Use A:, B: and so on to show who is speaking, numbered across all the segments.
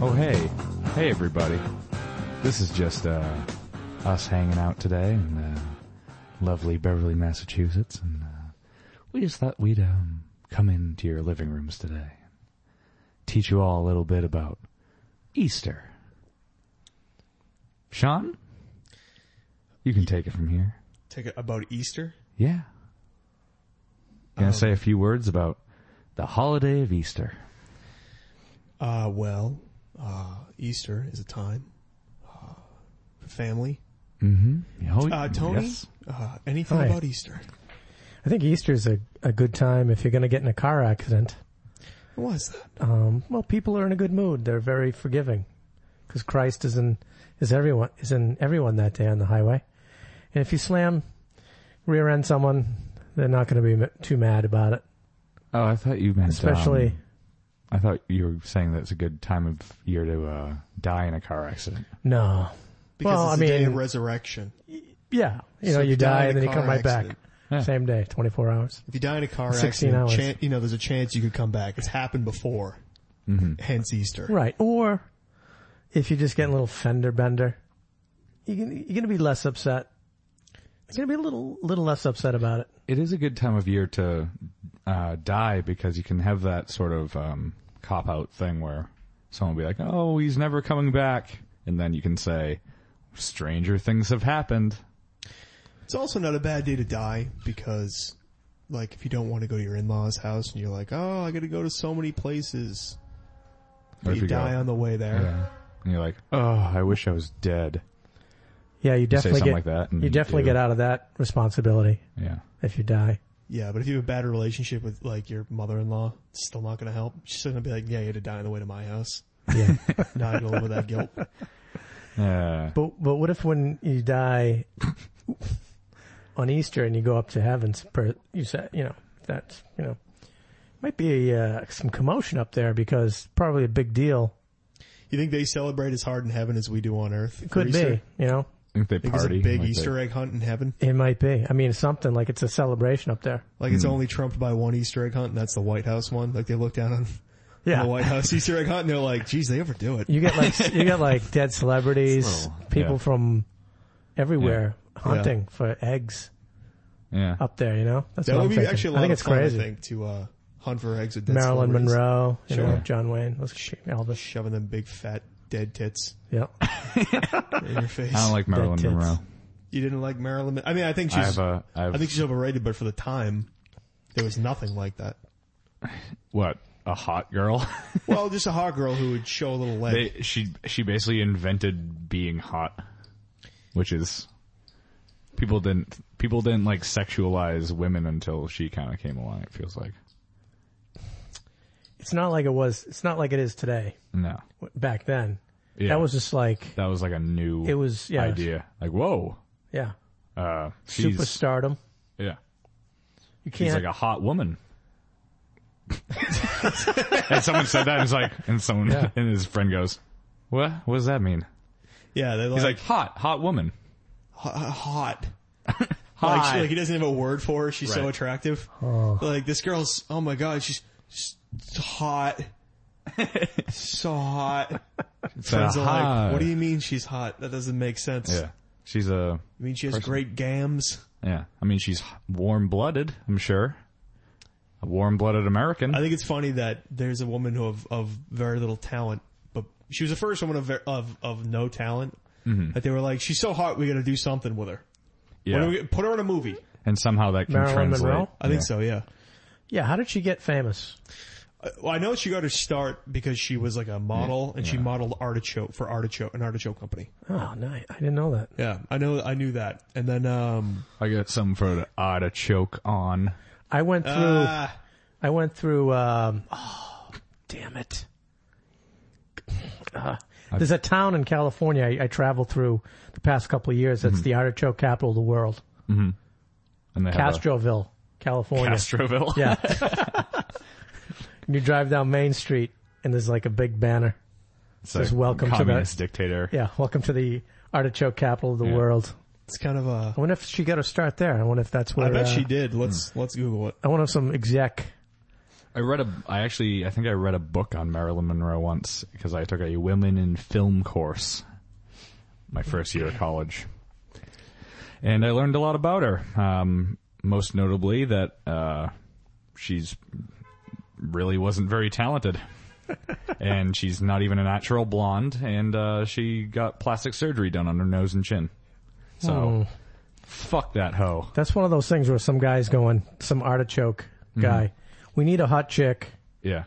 A: Oh, hey. Hey, everybody. This is just uh, us hanging out today in uh, lovely Beverly, Massachusetts. And uh, we just thought we'd um, come into your living rooms today. Teach you all a little bit about Easter. Sean? You can take it from here.
B: Take it about Easter.
A: Yeah.
B: Um,
A: Gonna say a few words about the holiday of Easter.
B: Uh, well, uh, Easter is a time uh, for family.
A: Oh,
B: Uh, Tony,
A: yes.
B: uh, anything
C: Hi.
B: about Easter?
C: I think Easter's a, a good time if you're going to get in a car accident.
B: What was that?
C: Um, well, people are in a good mood. They're very forgiving because Christ is in is everyone is in everyone that day on the highway. And if you slam rear end someone, they're not going to be ma- too mad about it.
A: Oh, I thought you meant
C: Especially,
A: um, I thought you were saying that it's a good time of year to uh, die in a car accident.
C: no.
B: Because it's
C: well, I
B: the day
C: mean,
B: of resurrection.
C: yeah, you know,
B: So if
C: you die
B: in
C: and
B: a
C: then you come
B: car
C: right back.
B: accident-
C: Same day, 24 hours.
B: If you die in a car
C: 16
B: accident,
C: hours.
B: chan- you know, there's a chance you could come back. It's happened before. Hence Easter.
C: Right. Or if you just get a little fender bender, you can, you're going to be less upset. You're going to be a little, little less upset about it.
A: It is a good time of year to uh, die because you can have that sort of um, cop out thing where someone will be like, "Oh, he's never coming back," and then you can say, "Stranger things have happened."
B: It's also not a bad day to die because, like, if you don't want to go to your in-laws' house and you're like, oh, I gotta go to so many places.
A: Or
B: But
A: if
B: you die
A: go,
B: on the way there.
A: yeah, and you're like, "Oh, I wish I was dead."
C: Yeah, you definitely
A: something
C: get,
A: like that and
C: you
A: you
C: definitely
A: do.
C: get out of that responsibility
A: Yeah,
C: if you die.
B: Yeah, but if you have a bad relationship with like your mother-in-law, it's still not going to help. She's still going to be like, "Yeah, you had to die on the way to my house."
C: Yeah.
B: Not going over that guilt.
A: yeah.
C: but, but what if when you die on Easter and you go up to heavens, per, you said, you know, that's, you know, might be uh, some commotion up there because probably a big deal.
B: You think they celebrate as hard in heaven as we do on earth? for
C: Could
B: Easter?
C: be, you know,
A: I think they
B: Think there's
A: party
B: a big
A: like
B: Easter egg hunt in heaven.
C: it might be. I mean, something like it's a celebration up there.
B: Like
A: Hmm.
B: it's only trumped by one Easter egg hunt, and that's the White House one. Like they look down on
C: Yeah.
B: the White House Easter egg hunt, and they're like, "Geez, they overdo it."
C: You get like you get like dead celebrities,
A: little-
C: people
A: yeah.
C: from everywhere hunting for eggs
A: They, yeah.
C: up there. You know, that's
B: that
C: what
B: would
C: I'm
B: be
C: thinking.
B: actually a lot
C: I think
B: of
C: it's
B: fun.
C: crazy.
B: I think to uh, hunt for eggs with dead
C: Marilyn
B: celebrities.
C: Monroe, you know,
B: Sure.
C: John Wayne, let's shoot Elvis.
B: shoving them big fat dead tits
C: Yeah,
B: in your face.
A: I don't like Marilyn
C: tits.
A: Monroe.
B: you didn't like Marilyn. Mon- I mean, I think she's.
A: I have a. I, have,
B: I think she's overrated, but for the time, there was nothing like that.
A: what a hot girl.
B: Well, just a hot girl who would show a little leg.
A: They, she she basically invented being hot, which is people didn't people didn't like sexualize women until she kind of came along. It feels like
C: it's not like it was. It's not like it is today.
A: no,
C: Back then,
A: yeah,
C: that was just like
A: that was like a new
C: it was. Yeah,
A: idea. Like whoa,
C: yeah,
A: uh, she's
C: superstardom.
A: yeah,
C: You can't.
A: she's like a hot woman. and someone said that, and it's like, and someone
C: Yeah.
A: and his friend goes, "What? What does that mean?"
B: yeah, they're like,
A: He's like, "Hot, hot woman."
B: "H- hot.
A: Hot.
B: Like, she, like he doesn't have a word for her. She's so
A: Right.
B: attractive. Like this girl's. Oh my god, she's, she's hot. so hot.
A: It's a
B: Friends are
A: hot.
B: like, what do you mean she's hot? That doesn't make sense.
A: Yeah, she's a
B: I mean, she has great gams.
A: Yeah, I mean she's warm blooded. I'm sure, a warm blooded American.
B: I think it's funny that there's a woman who of, of very little talent, but she was the first woman of ver- of of no talent. That they were like, she's so hot, we got to do something with her. When
A: yeah,
B: are we gonna- put her in a movie.
A: and somehow that can
C: Marilyn
A: translate.
C: Monroe?
B: I think so. Yeah.
C: yeah, how did she get famous?
B: Uh, Well, I know she got her start because she was like a model, and she modeled artichoke for artichoke, an artichoke company.
C: Oh, nice. I didn't know that.
B: Yeah, I know, I knew that. And then, um,
A: I got something for the artichoke on.
C: I went through.
B: ah,
C: I went through. Um, oh, damn it! Ah. there's
A: Mm-hmm.
C: a town in California I, I traveled through the past couple of years. That's the artichoke capital of the world.
A: And they
C: Castroville, California.
A: have a Castroville.
C: Yeah. and you drive down Main Street and there's like a big banner.
A: It's
C: Says
A: like
C: welcome to the-
A: communist dictator.
C: Yeah. Welcome to the artichoke capital of the
A: Yeah.
C: world.
B: It's kind of a.
C: I wonder if she got her start there. I wonder if that's where.
B: I bet
C: uh,
B: she did. Let's
A: Hmm.
B: let's Google it.
C: I wonder if some exec.
A: I read a, I actually, I think I read a book on Marilyn Monroe once because I took a women in film course my first year of college. And I learned a lot about her. Um, most notably that, uh, she's really wasn't very talented. and she's not even a natural blonde and, uh, she got plastic surgery done on her nose and chin.
C: Oh.
A: So, fuck that hoe.
C: Hmm. That's one of those things where some guy's going, some artichoke
A: Mm-hmm.
C: guy. We need a hot chick
A: Yeah.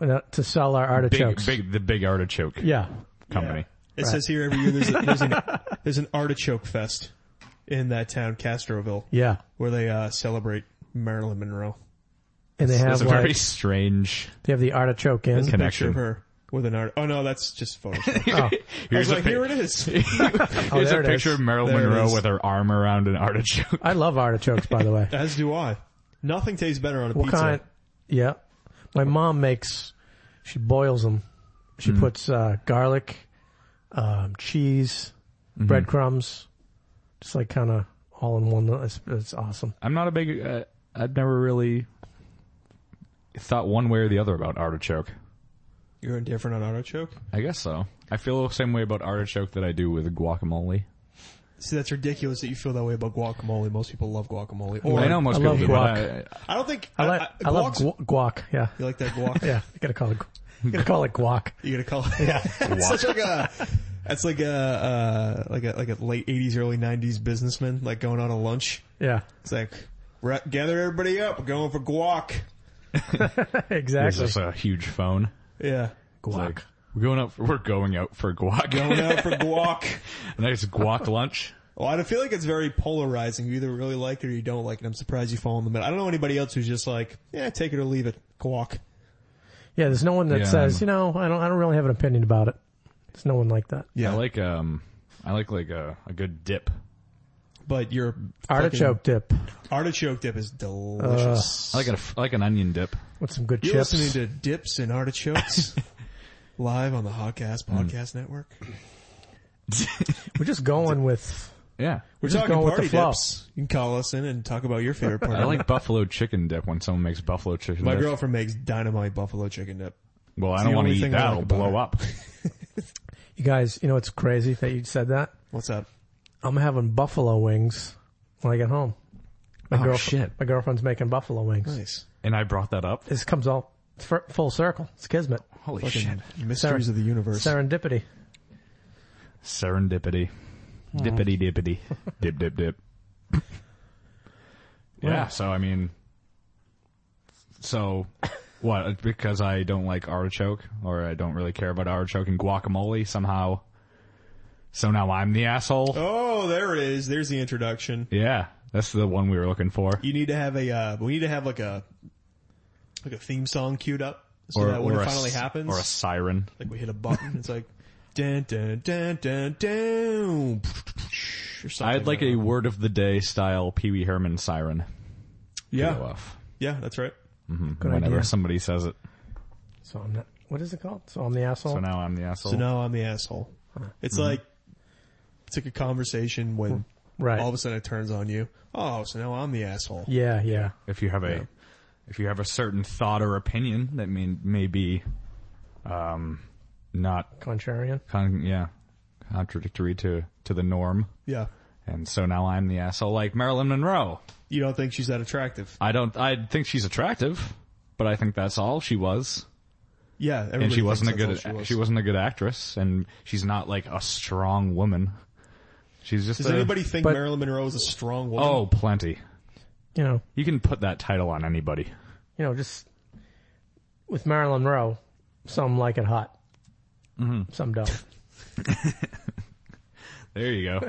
C: uh, to sell our
A: Big,
C: artichokes.
A: big, the big artichoke
C: Yeah.
A: company.
B: It says here every year there's, a, there's, an, there's an artichoke fest in that town, Castroville,
C: Yeah.
B: where they uh, celebrate Marilyn Monroe.
C: And they have
A: That's a
C: like,
A: very strange.
C: they have the artichoke in.
B: There's a picture
A: Connection.
B: of her with an art. Oh no, that's just Photoshop.
C: Oh,
B: I was
A: Here's a,
B: like,
A: pic-
B: here it is.
A: here's
C: there
A: a
C: it
A: picture
C: is.
A: of Marilyn
B: Oh, There it
A: Monroe
B: is.
A: with her arm around an artichoke.
C: I love artichokes, by the way.
B: As do I. Nothing tastes better on a
C: What
B: pizza.
C: kind? Yeah. My mom makes, she boils them. She
A: Mm-hmm.
C: puts, uh, garlic, um, cheese,
A: Mm-hmm.
C: breadcrumbs, just like kind of all in one. It's, it's awesome.
A: I'm not a big. Uh, I've never really thought one way or the other about artichoke.
B: You're indifferent on artichoke.
A: I guess so. I feel the same way about artichoke that I do with guacamole.
B: See, that's ridiculous that you feel that way about guacamole. Most people love guacamole. Or,
A: I know most
C: I
A: people
C: love
A: do, but I,
B: I don't think
C: I like, I love
B: guac's-
C: gu- guac. Yeah.
B: You like that guac?
C: Yeah. You gotta call it, you gotta call it guac.
B: You gonna call it? Yeah. it's such like a. That's like a uh, like a like a late '80s, early '90s businessman like going on a lunch.
C: Yeah.
B: It's like we're at- gather everybody up. We're going for guac.
A: it's
C: Exactly.
A: just a huge phone.
B: Yeah.
A: It's like, we're going out. For, we're going out for guac.
B: Going out for guac.
A: a nice guac lunch.
B: Well, I feel like it's very polarizing. You either really like it or you don't like it. I'm surprised you fall in the middle. I don't know anybody else who's just like, yeah, take it or leave it. Guac.
C: Yeah, there's no one that
A: Yeah,
C: says,
A: I'm-
C: you know, I don't, I don't really have an opinion about it. There's no one like that.
A: I like um. I like like a, a good dip.
B: But your
C: Artichoke dip
B: fucking artichoke dip is delicious.
A: I like a I like an onion dip.
C: with some good
B: You're
C: Uh, chips.
B: listening to Dips and Artichokes live on the Hotcast Podcast Network.
C: We're just going with,
A: Yeah.
B: We're
C: just
B: talking
C: going with
B: party
C: the flow.
B: dips. You can call us in and talk about your favorite
A: I
B: party.
A: like buffalo chicken dip when someone makes buffalo chicken
B: My
A: dip.
B: girlfriend makes dynamite buffalo chicken dip.
A: well, I
B: the
A: don't want to
B: only
A: eat
B: thing
A: that.
B: I
A: It'll
B: like
A: blow
B: about
A: up.
C: you guys, you know, it's crazy that you said that.
B: What's up?
C: I'm having buffalo wings when I get home. My
A: Oh,
C: girlf-
A: shit.
C: My girlfriend's making buffalo wings.
B: Nice.
A: And I brought that up.
C: This comes all f- full circle. It's kismet.
A: Holy
B: Fucking mysteries of
C: Sarah-
B: the universe.
C: Serendipity.
A: Serendipity.
B: Hmm.
A: Dippity dippity. dip dip dip. yeah, so I mean, so what, because I don't like artichoke or I don't really care about artichoke and guacamole somehow. So now I'm the asshole.
B: Oh, there it is. There's the introduction.
A: Yeah, that's the one we were looking for.
B: You need to have a, uh, we need to have like a, like a theme song queued up so that when
A: a
B: it finally
A: s-
B: happens,
A: Or a siren.
B: like we hit a button, it's like, dun dun dun dun dun. Or something
A: I'd like a word of the day style Pee Wee Herman siren.
B: yeah.
A: Go off.
B: Yeah, that's right.
C: Good
A: whenever
C: idea.
A: somebody says it.
C: So I'm not, what is it called? So I'm the asshole?
A: So now I'm the asshole.
B: So now I'm the asshole. It's
A: Mm-hmm.
B: like it's like a conversation when
C: right.
B: all of a sudden it turns on you. Oh, so now I'm the asshole.
C: yeah, yeah.
A: if you have a if you have a certain thought or opinion that may may be um not
C: Contrarian.
A: con- yeah contradictory to to the norm
B: Yeah.
A: and so now I'm the asshole like Marilyn Monroe.
B: You don't think she's that attractive?
A: I don't I think she's attractive, but I think that's all she was.
B: Yeah, everybody
A: And she wasn't a
B: thinks
A: good
B: that's all She was.
A: she wasn't a good actress and she's not like a strong woman. She's just
B: Does
A: a,
B: anybody think
C: but-
B: Marilyn Monroe is a strong woman?
A: Oh, plenty.
C: You know,
A: You can put that title on anybody.
C: you know, just with Marilyn Monroe, some like it hot,
B: Mm-hmm.
C: some don't.
A: There you go.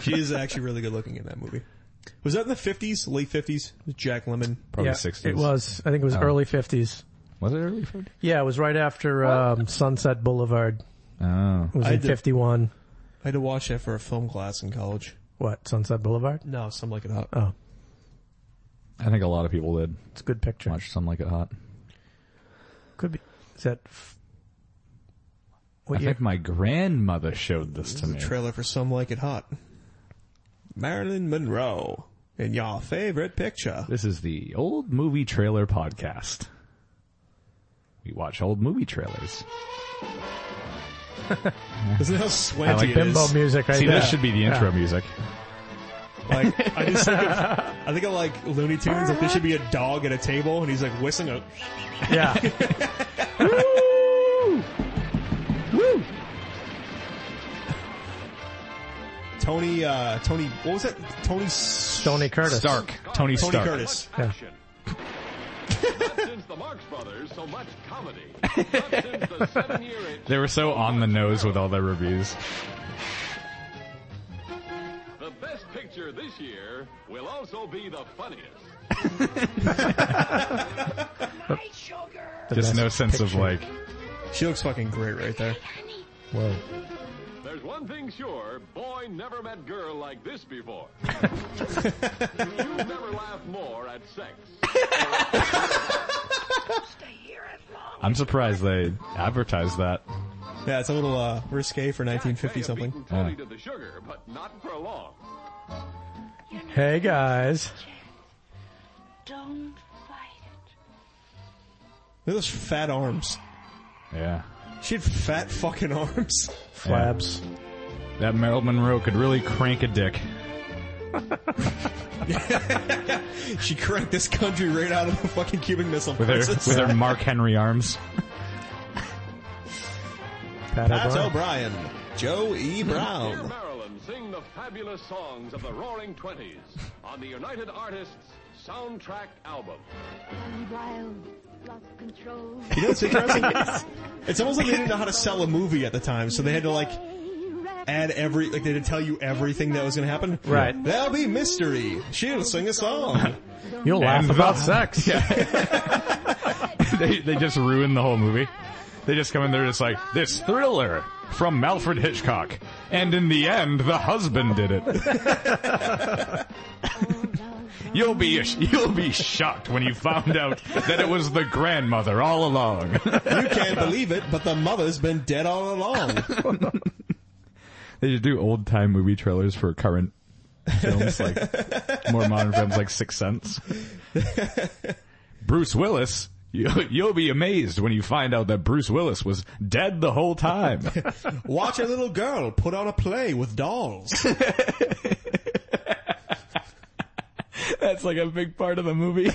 B: she is actually really good looking in that movie. Was that in the fifties, late fifties? Jack Lemon.
A: Probably 60s.
C: it was. I think
B: Oh.
C: it was early fifties.
A: Was it early 50s?
C: Yeah, it was right after um, Sunset Boulevard.
A: Oh.
C: It was
B: I
C: in
B: did-
C: fifty one.
B: I had to watch that for a film class in college.
C: What Sunset Boulevard?
B: No, some like it hot.
C: Oh,
A: I think a lot of people did
C: it's a good picture.
A: watch Some Like It Hot.
C: Could be. Is that f- what
A: I
C: year?
A: think my grandmother showed this to
B: This is
A: me.
B: a trailer for Some Like It Hot. Marilyn Monroe in your favorite picture.
A: This is the old movie trailer podcast. We watch old movie trailers.
B: Isn't that how swanty
A: I like
B: it
C: Bimbo
B: is?
C: music right
A: See,
C: there.
A: this should be the intro music.
B: Like, I just think of, I think of like Looney Tunes, like there should be a dog at a table and he's like whistling a,
C: yeah.
B: Tony, uh, Tony, what was that? Tony, S-
C: Tony Curtis.
A: Stark. Tony
B: Tony
A: Stark.
B: Curtis.
C: Yeah.
D: action. Not since the Marx Brothers, so much comedy. Not since the seven-year itch,
A: They were so on the nose with all their reviews.
D: the best picture this year will also be the funniest.
C: The
A: Just
C: best
A: no sense of
C: picture.
A: like,
B: She looks fucking great right there.
C: Whoa.
D: There's one thing sure, boy never met girl like this before. You've never laughed more at sex.
A: I'm surprised they advertised that.
B: Yeah, it's a little, uh, risque for
D: Jack may
B: 1950
D: have
B: something.
D: beaten Tony to the sugar, but not for long.
C: Hey guys.
E: Don't fight it.
B: Look at those fat arms.
A: Yeah.
B: She had fat fucking arms.
C: Flaps.
A: That Marilyn Monroe could really crank a dick.
B: She cranked this country right out of the fucking Cuban Missile
A: With her,
B: Crisis.
A: with her Mark Henry arms.
C: Pat
B: Pat
C: O'Brien.
B: O'Brien, Joe E.
D: Dear
B: Brown.
D: Maryland, sing the fabulous songs of the Roaring Twenties on the United Artists soundtrack album.
E: I'm wild, lost control.
B: You know what's interesting? it's almost like they didn't know how to sell a movie at the time, so they had to like add every like they had to tell you everything that was going to happen.
C: Right.
B: There'll be mystery. She'll sing a song.
C: You'll laugh
A: And
C: about
A: the-
C: sex.
A: they, they just ruin the whole movie. They just come in there just like, this thriller from Alfred Hitchcock. And in the end, the husband did it. you'll be, you'll be shocked when you found out that it was the grandmother all along.
B: You can't believe it, but the mother's been dead all along.
A: They should do old time movie trailers for current films, like more modern films, like Sixth Sense. Bruce Willis. You, you'll be amazed when you find out that Bruce Willis was dead the whole time.
B: Watch a little girl put on a play with dolls.
A: That's like a big part of the movie.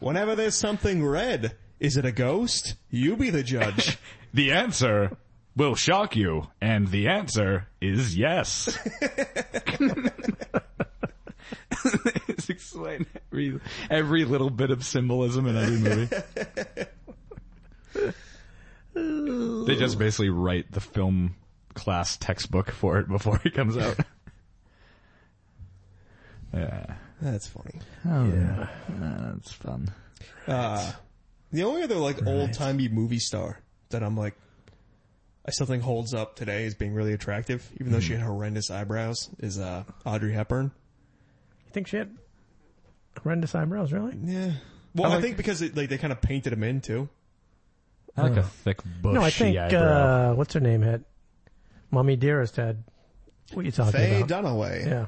B: Whenever there's something red, is it a ghost? You be the judge.
A: the answer will shock you, and the answer is yes. Just explain every, every little bit of symbolism in every movie. they just basically write the film class textbook for it before it comes out. yeah.
B: That's funny.
A: Oh, yeah. That's fun.
B: Uh, the only other like old timey movie star that I'm like, I still think holds up today as being really attractive, even though she had horrendous eyebrows, is uh Audrey Hepburn.
C: You think she had horrendous eyebrows, really?
B: Yeah. Well,
C: I
B: I,
C: like-
B: think because it, like they kind of painted him in too.
A: I like a thick bushy
C: No, I think,
A: eyebrow.
C: uh, what's her name had? Mommy Dearest had, what are you talking
B: Faye
C: about?
B: Dunaway,
C: yeah.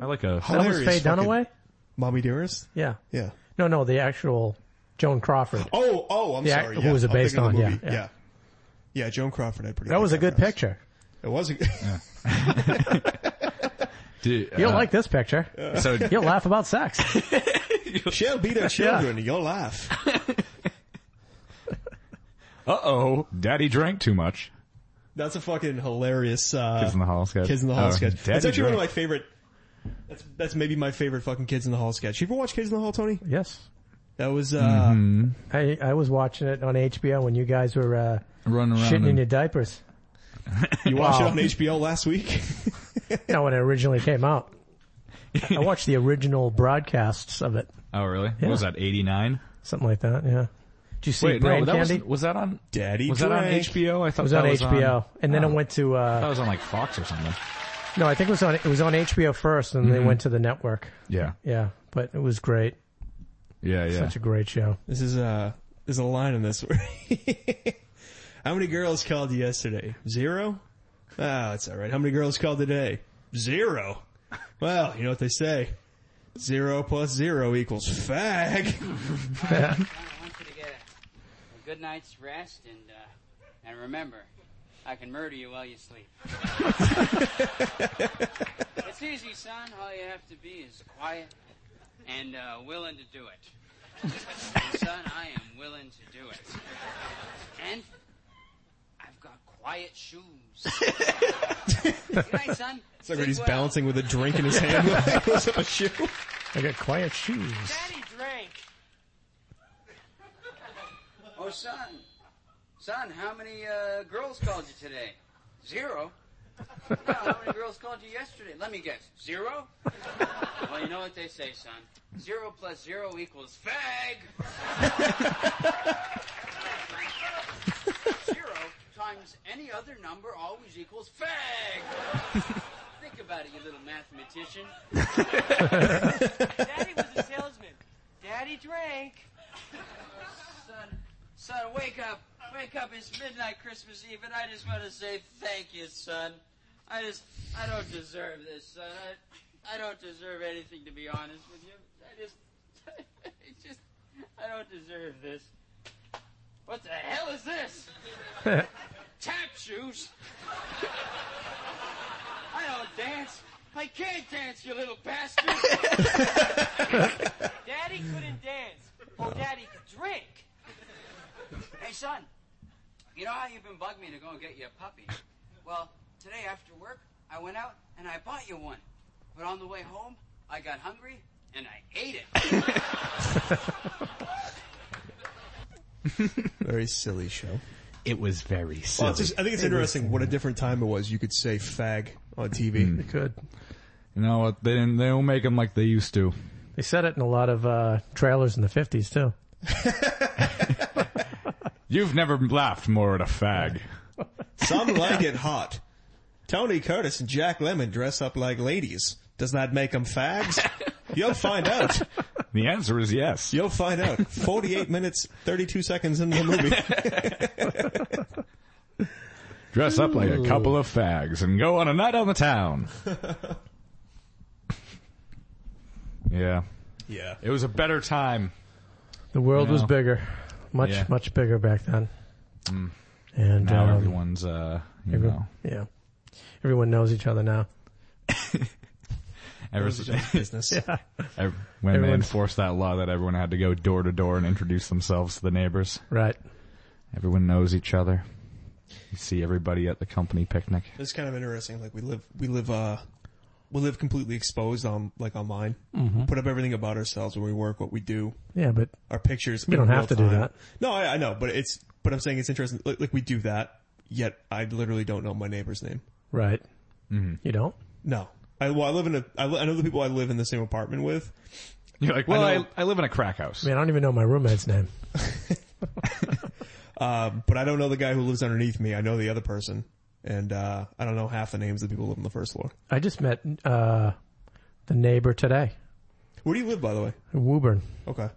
A: I like a
C: That was
B: Hilarious
C: Faye
B: fucking-
C: Dunaway?
B: Mommy Dearest.
C: Yeah.
B: Yeah.
C: No, no, the actual Joan Crawford.
B: Oh, oh, I'm
C: The act-
B: sorry.
C: who
B: yeah.
C: was it
B: I'm thinking
C: based
B: of the
C: on, yeah,
B: movie.
C: yeah.
B: yeah. Yeah, Joan Crawford had pretty.
C: That
B: thick
C: was a good
B: eyebrows.
C: picture.
B: It was. A,
A: Dude,
C: You'll
A: uh,
C: like this picture.
A: so
C: You'll laugh about sex.
B: She'll beat her children. You'll laugh.
A: Uh oh, daddy drank too much.
B: That's a fucking hilarious. Uh,
A: Kids in the Hall sketch.
B: Kids in the Hall
A: Oh,
B: sketch.
A: Daddy
B: That's actually one of my
A: Drake.
B: favorite. That's that's maybe my favorite fucking Kids in the Hall sketch. You ever watch Kids in the Hall, Tony?
C: yes.
B: That was uh
C: I, I was watching it on HBO when you guys were, uh,
A: running around.
C: shitting in
A: and-
C: your diapers.
B: you watched
C: Wow.
B: it on HBO last week.
C: You know, when it originally came out. I watched the original broadcasts of it.
A: oh really? What was that? Eighty nine?
C: Something like that, yeah. Did you see
A: Wait,
C: Brain
A: no, that
C: Candy?
A: was was that on?
B: Daddy
A: was that on
B: Drake.
A: HBO? I thought
C: It was
A: that
C: on
A: was
C: HBO.
A: On, Oh.
C: and then it went to,
A: that
C: uh,
A: was on like Fox or something.
C: No, I think it was on it was on HBO first, and they went to the network.
A: Yeah.
C: Yeah, but it was great.
A: Yeah, yeah.
C: Such a great show.
B: This is uh there's a line in this where How many girls called yesterday? Zero? Oh, that's alright. How many girls called today? Zero. Well, you know what they say. Zero plus zero equals fag.
F: I want you to get a, a good night's rest and uh, and remember, I can murder you while you sleep. it's easy, son. All you have to be is quiet and uh, willing to do it. And, son, I am willing to do it. And I've got quiet shoes. good night, son.
B: It's like
F: Sleep
B: when he's
F: well.
B: balancing with a drink in his hand while he pulls up a shoe.
C: I got quiet shoes.
F: Daddy drank. Oh, son. Son, how many uh, girls called you today? Zero. No, how many girls called you yesterday? Let me guess. Zero? well, you know what they say, son. Zero plus zero equals fag. zero times any other number always equals fag. Think about it, you little mathematician. Daddy was a salesman. Daddy drank. Son, son, wake up. Wake up. It's midnight Christmas Eve, and I just want to say thank you, son. I just, I don't deserve this, son. I, I don't deserve anything, to be honest with you. I just, I just, I don't deserve this. What the hell is this? Tap shoes? I don't dance. I can't dance, you little bastard. Daddy couldn't dance. Oh, Daddy could drink. Hey, son. You know how you've been bugging me to go and get you a puppy? Well, today after work, I went out and I bought you one. But on the way home, I got hungry and I ate it.
B: Very silly show.
A: It was very silly.
B: Well, it's just, I think it's interesting what a different time it was. You could say fag on TV.
C: Good.
A: you know what? They didn't, they don't make them like they used to.
C: They said it in a lot of uh, trailers in the fifties too.
A: You've never laughed more at a fag.
B: Some like it hot. Tony Curtis and Jack Lemon dress up like ladies. Does that make them fags? You'll find out.
A: The answer is yes.
B: You'll find out. 48 minutes, 32 seconds into the movie.
A: Dress up like a couple of fags and go on a night on the town. yeah.
B: Yeah.
A: It was a better time.
C: The world was
A: Yeah.
C: bigger, much
A: Yeah. Mm.
C: much bigger back then. And
A: Now
C: um,
A: everyone's, uh, you
C: every-
A: know,
C: yeah, everyone knows each other now.
A: ever,
B: business.
A: ev- when they
C: Everyone's-
A: enforced that law that everyone had to go door to door and introduce themselves to the neighbors.
C: Right.
A: Everyone knows each other. You see everybody at the company picnic.
B: It's kind of interesting. Like we live, we live, uh, we live completely exposed on, like online. Put up everything about ourselves when we work, what we do,
C: Yeah, but
B: our pictures.
C: We
B: in
C: don't have
B: real
C: to do
B: time.
C: that.
B: No, I, I know, but it's, but I'm saying it's interesting. Like, like we do that, yet I literally don't know my neighbor's name.
C: right.
A: Mm-hmm.
C: You don't.
B: No. I, well, I live in a, I, li- I know the people I live in the same apartment with.
A: You're like, well,
B: I
A: I,
B: know-
A: I, live in a crack house.
C: I mean, I don't even know my roommate's name.
B: but I don't know the guy who lives underneath me. I know the other person, and uh, I don't know half the names of the people who live on the first floor.
C: I just met uh, the neighbor today,
B: Where do you live, by the way?
C: Woburn,
B: Okay,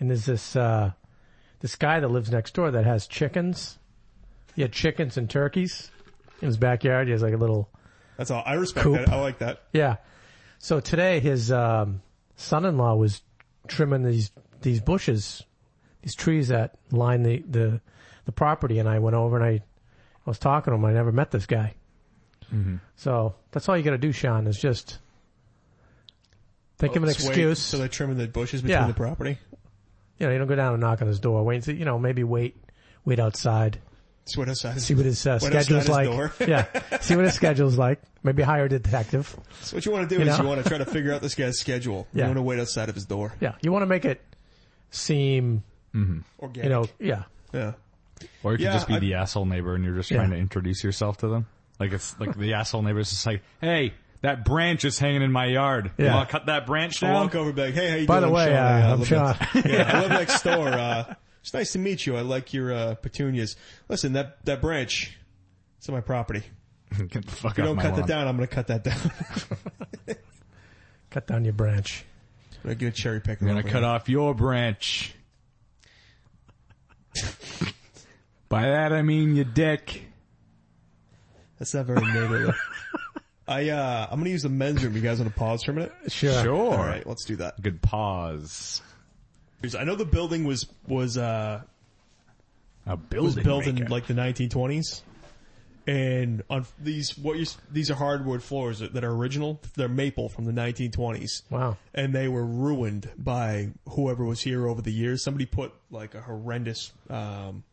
C: and there's this uh, this guy that lives next door that has chickens. He had chickens and turkeys in his backyard. He has like a little
B: that's all. I respect
C: Coop.
B: that. I like that.
C: Yeah. So today his um, son-in-law was trimming these these bushes, these trees that line the, the the property, and I went over and I I was talking to him. I never met this guy.
B: Mm-hmm.
C: So that's all you got to do, Sean, is just think of an
B: Just wait
C: excuse.
B: So they're trimming the bushes between
C: Yeah.
B: the property.
C: you know, you don't go down and knock on his door. Wait, you know, maybe wait wait outside.
B: That's what outside.
C: See what his uh,
B: Wait
C: schedule's
B: outside
C: like.
B: his door.
C: yeah, see what his schedule's like. Maybe hire a detective.
B: So what you want to do
C: You
B: is
C: know?
B: you want to try to figure out this guy's schedule.
C: Yeah.
B: You want to wait outside of his door.
C: Yeah, you want to make it seem,
B: Organic.
C: you know, yeah,
B: Yeah.
A: Or you could
B: Yeah,
A: just be
B: I-
A: the asshole neighbor and you're just
C: Yeah.
A: trying to introduce yourself to them. Like it's like the asshole neighbor's just like, hey, that branch is hanging in my yard.
C: Yeah.
A: You want to cut that branch
B: I
A: down?
B: walk over, and be like, "Hey, how you
C: By
B: doing?"
C: the way,
B: Sean.
C: uh,
B: I
C: I'm
B: live
C: Sean.
B: next- yeah, I live next door. Uh, it's nice to meet you. I like your uh, petunias. Listen, that that branch, it's on my property.
A: Get the fuck
B: If you
A: off
B: don't
A: my
B: cut that
A: lawn.
B: down, I'm going to cut that down.
C: Cut down your branch.
B: I'm going to get a cherry picker.
A: I'm gonna
B: over
A: cut
B: here.
A: off your branch. By that I mean your dick.
B: That's not very neighborly. I, uh, I'm going to use the men's room. You guys want to pause for a minute?
C: Sure.
A: Sure.
B: All right, let's do that.
A: Good pause.
B: Because I know the building was, was, uh,
A: A
B: was
A: building.
B: built in
A: maker.
B: like the 1920s. And on these, what you, s- these are hardwood floors that that are original. They're maple from the 1920s.
C: Wow.
B: and they were ruined by whoever was here over the years. Somebody put like a horrendous um,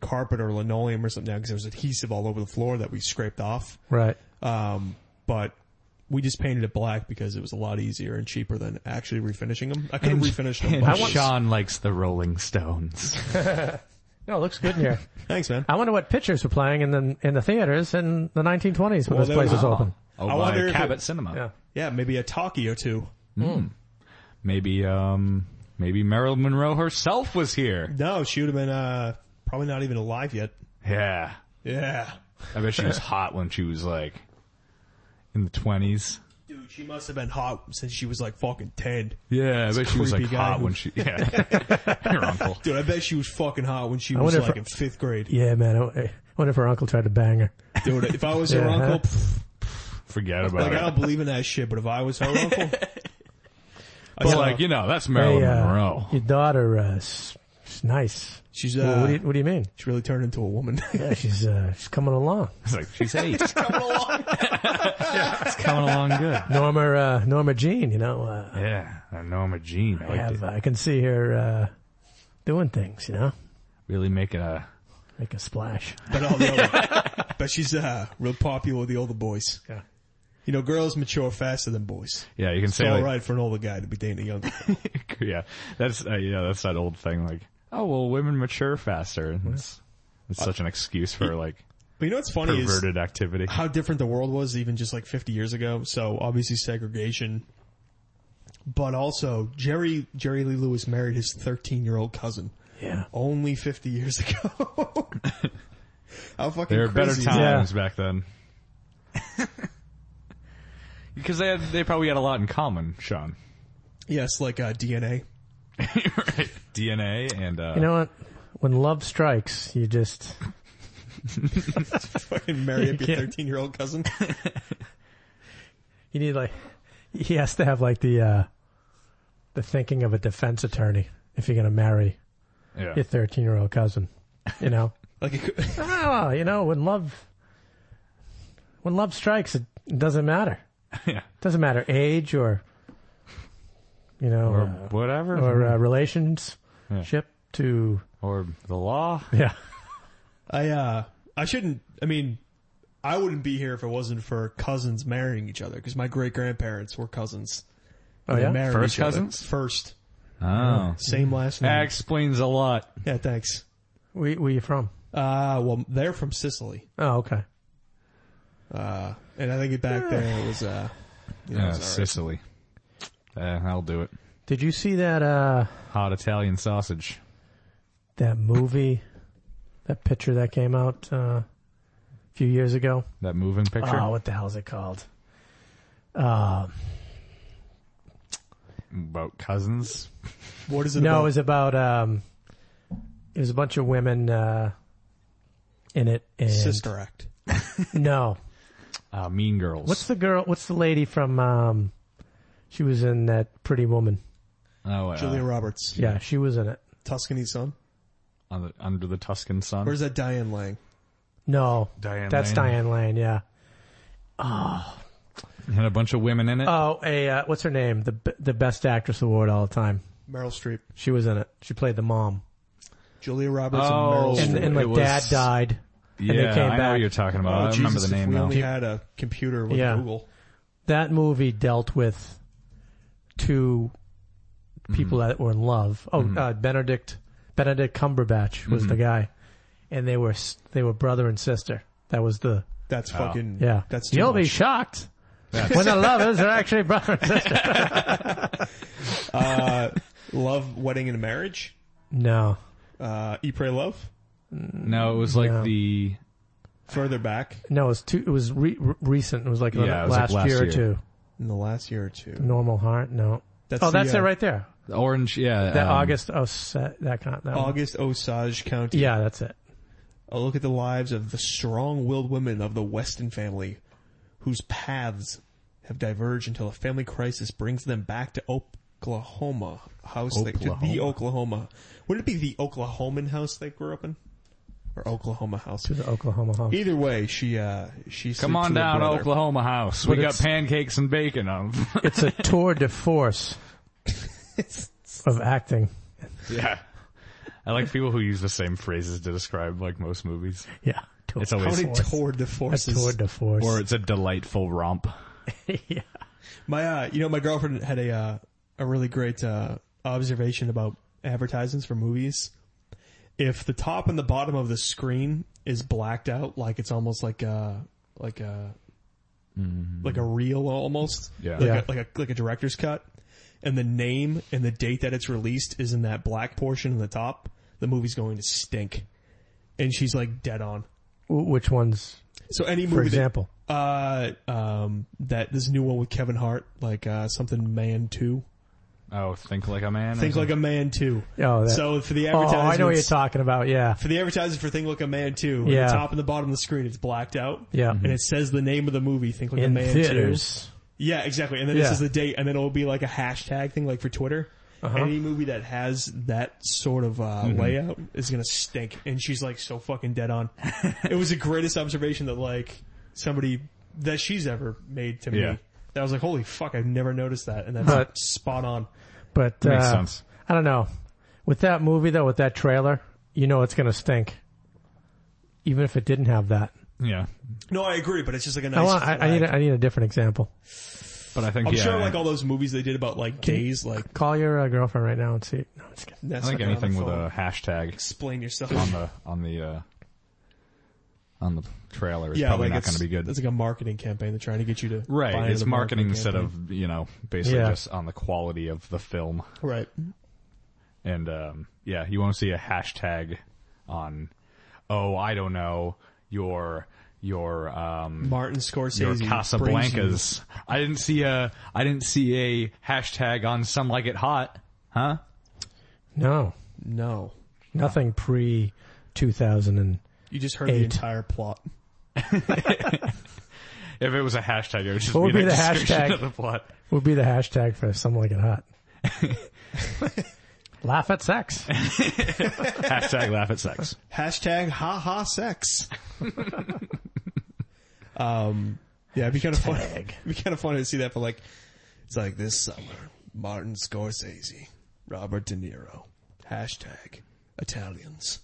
B: carpet or linoleum or something down because there was adhesive all over the floor that we scraped off.
C: Right.
B: Um, but we just painted it black because it was a lot easier and cheaper than actually refinishing them. I could have
A: And-
B: refinished them.
A: and
B: but-
A: Sean likes the Rolling Stones.
C: No, it looks good in here.
B: Thanks, man.
C: I wonder what pictures were playing in the in the theaters in the 1920s when
B: Well,
C: this
B: they
C: place
B: were-
C: was open.
A: Oh,
B: I
A: by
B: wonder if
A: Cabot
B: it-
A: Cinema.
C: Yeah.
B: Yeah, maybe a talkie or two.
A: Maybe, um, maybe Marilyn Monroe herself was here.
B: No, she would have been uh, probably not even alive yet.
A: Yeah.
B: Yeah.
A: I bet she was hot when she was like in the twenties.
B: Dude, she must have been hot since she was like fucking 10.
A: Yeah, I bet she was like
B: creepy guy
A: hot
B: who-
A: when she. Yeah, your uncle.
B: Dude, I bet she was fucking hot when she
C: I
B: was
C: wonder if
B: like
C: her-
B: in fifth grade.
C: Yeah, man. I I wonder if her uncle tried to bang her.
B: Dude, if I was her
C: Yeah.
B: uncle, pff,
A: Forget about
B: like
A: it.
B: I don't believe in that shit, but if I was her uncle, I
A: But
B: saw-
A: like you know, that's Marilyn
C: Hey, uh,
A: Monroe.
C: Your daughter, uh, s- she's nice.
B: she's
C: Well,
B: uh,
C: what, do you, what do you mean?
B: she really turned into a woman.
C: Yeah, she's uh, she's coming along.
A: It's like she's eight. it's coming along. it's coming along good.
C: Norma uh, Norma Jean, you know. Uh,
A: Yeah, that Norma Jean. I
C: I
A: like
C: have
A: to
C: I can see her uh, doing things, you know,
A: really making a.
C: make a splash.
B: but all the other, but she's uh, real popular with the older boys.
C: Yeah.
B: You know, girls mature faster than boys.
A: Yeah, you can
B: It's
A: say
B: all right
A: like,
B: for an older guy to be dating a young.
A: yeah, that's uh, yeah, that's that old thing like, oh well, women mature faster. It's, it's such an excuse for like
B: But you know what's funny is
A: perverted activity.
B: how different the world was even just like 50 years ago. So obviously segregation, but also Jerry Jerry Lee Lewis married his 13 year old cousin.
C: Yeah.
B: only 50 years ago. How fucking
A: There were better
B: crazy is that?
A: times back then. Because they had, they probably had a lot in common, Sean.
B: Yes, like uh, DNA.
A: right. DNA and uh,
C: You know what? When love strikes, you just
B: Fucking marry up your
C: can't-
B: 13 year old cousin.
C: you need like he has to have like the uh, the thinking of a defense attorney if you're gonna marry
A: yeah.
C: your 13 year old cousin. You know,
B: Like, it could-
C: oh, you know when love when love strikes, it doesn't matter.
A: Yeah.
C: Doesn't matter age or you know
A: or
C: uh,
A: whatever
C: or
A: or,
C: uh, relationship to
A: the law.
C: yeah
B: I, uh, I shouldn't, I mean, I wouldn't be here if it wasn't for cousins marrying each other because my great grandparents were cousins.
C: oh
B: They
C: yeah
B: married
A: First
B: each other.
A: cousins?
B: First.
A: Oh,
B: Same last name.
A: that explains a lot.
B: Yeah, thanks.
C: where, where you from
B: Uh, well, they're from Sicily.
C: oh okay
B: Uh, and I think it back there it was, uh, you know, it
A: Yeah,
B: was all right.
A: Sicily. Uh, I'll do it.
C: did you see that uh
A: Hot Italian sausage.
C: that movie that picture that came out uh, a few years ago
A: That moving picture.
C: oh what the hell is it called
A: About cousins.
B: What is it
C: no
B: about?
C: it was about um it was a bunch of women uh in it and
B: Sister Act.
C: no
A: Uh, mean girls.
C: what's the girl what's the lady from um she was in that pretty woman
A: oh, uh,
B: Julia Roberts.
C: yeah she was in it
B: Tuscany's son.
A: on the, under the Tuscan sun.
B: Or is that Diane Lang?
C: no
A: Diane
C: that's
A: Lane.
C: diane lane yeah
A: Had a bunch of women in it.
C: Oh, a uh, what's her name? The b- the best actress award all the time.
B: Meryl Streep.
C: She was in it. She played the mom.
B: Julia Roberts
A: Oh.
B: and Meryl
C: And,
B: Streep.
C: and
A: It
C: like
A: was-
C: dad died.
A: yeah,
C: they came
A: I know
C: back.
A: what you're talking
B: Oh,
A: about. I remember
B: Jesus,
A: the name
B: if we
A: now.
B: only had a computer with
C: Yeah.
B: Google.
C: That movie dealt with two
A: Mm-hmm.
C: people that were in love. Oh, uh, Benedict Benedict Cumberbatch was
A: Mm-hmm.
C: the guy, and they were s- they were brother and sister. That was the
B: That's fucking.
C: yeah.
B: That's too
C: you'll be
B: much.
C: shocked when the lovers are actually brother and sister.
B: uh, love, wedding, and marriage.
C: No,
B: Uh, Eat, Pray, Love.
A: No, it was like
C: Yeah.
A: the
B: Further back
C: No, it was two, it was re- re- recent. It was like
A: Yeah, it was, like,
C: last,
A: last
C: year,
A: year.
C: or two.
B: in the last year or two.
C: Normal heart. No.
B: That's
C: oh,
B: the,
C: that's
B: uh,
C: it right there.
A: The Orange, yeah.
C: That
A: um,
C: August. Oh, se- that kind. That one.
B: August Osage County.
C: Yeah, that's it.
B: A look at the lives of the strong-willed women of the Weston family, whose paths have diverged until a family crisis brings them back to Oklahoma house. They, to the
A: Oklahoma.
B: Oklahoma. Would it be the Oklahoman house they grew up in, or Oklahoma house?
C: To the Oklahoma home.
B: Either way, she uh she
A: Come on
B: sleeps with her
A: down to
B: brother.
A: Oklahoma House. We
C: But
A: got
C: it's-
A: pancakes and bacon on.
C: It's a tour de force of acting.
A: yeah. I like people who use the same phrases to describe like most movies.
C: Yeah. Tour
A: It's
C: de
A: always-
B: County
C: force.
B: toward the
C: a
B: forces.
C: tour de force.
A: Or it's a delightful romp.
C: yeah.
B: My, uh, you know, my girlfriend had a uh, a really great uh, observation about advertisements for movies. If the top and the bottom of the screen is blacked out, like it's almost like a like a like a reel almost,
A: Yeah.
B: like,
C: Yeah.
B: A, like a like a director's cut, and the name and the date that it's released is in that black portion in the top, the movie's going to stink. And she's like dead on.
C: Wh- Which ones?
B: So any movie,
C: For
B: that-
C: example.
B: uh, um, that this new one with Kevin Hart, like uh, something Man Two.
A: Oh, think like a man. or
B: Think
A: something.
B: Like a Man Two.
C: Oh, that-
B: so for the
C: Oh,
B: advertisement,
C: I know what you're talking about. Yeah.
B: for the advertisement for Think Like a Man Two, at
C: Yeah.
B: the top and the bottom of the screen, it's blacked out.
C: Yeah.
B: and it says the name of the movie, Think Like a
C: In
B: Man
C: theaters.
B: Two. Yeah, exactly. And then
C: Yeah.
B: this is the date, and then it'll be like a hashtag thing, like for Twitter.
A: Uh-huh.
B: Any movie that has that sort of uh,
A: Mm-hmm.
B: layout is gonna stink. And she's like so fucking dead on. it was the greatest observation that like somebody that she's ever made to
A: Yeah.
B: me. That I was like, holy fuck, I've never noticed that, and that's
C: But-
B: spot on.
C: But
A: Makes
C: uh,
A: sense.
C: I don't know. With that movie though, with that trailer, you know it's gonna stink. Even if it didn't have that,
A: Yeah.
B: No, I agree, but it's just like a nice.
C: I want. I, I need. A,
B: flag.
C: I need a different example.
A: But I think
B: I'm
A: yeah.
B: sure like all those movies they did about like gays, like
C: Call your uh, girlfriend right now and see. No, I'm just kidding.
A: I think anything with a hashtag
B: explain yourself.
A: on the on the uh on the trailer is probably not
B: it's-
A: going to be good.
B: It's like a marketing campaign. They're trying to get you to buy
A: Right,
B: into
A: it's
B: the
A: marketing instead
B: campaign.
A: of you know basically
C: Yeah.
A: just on the quality of the film,
B: right.
A: and um, yeah, you won't see a hashtag on, oh I don't know your your um
B: Martin
A: your
B: Scorsese, brings
A: Casablancas. I didn't see a I didn't see a hashtag on some like it hot, huh?
C: No,
B: you- No,
C: nothing pre 2000 and
B: you just heard the
C: Eight.
B: entire plot.
A: If it was a hashtag, it would just
C: What would
A: be,
C: be
A: like,
C: the
A: description
C: hashtag?
A: of the plot.
C: would be the hashtag for something like it hot. Laugh at sex.
A: Hashtag laugh at sex.
B: Hashtag ha ha sex. um, yeah, it'd be kind of fun. It'd be kind of fun to see that for like, it's like this summer, Martin Scorsese, Robert De Niro, hashtag Italians,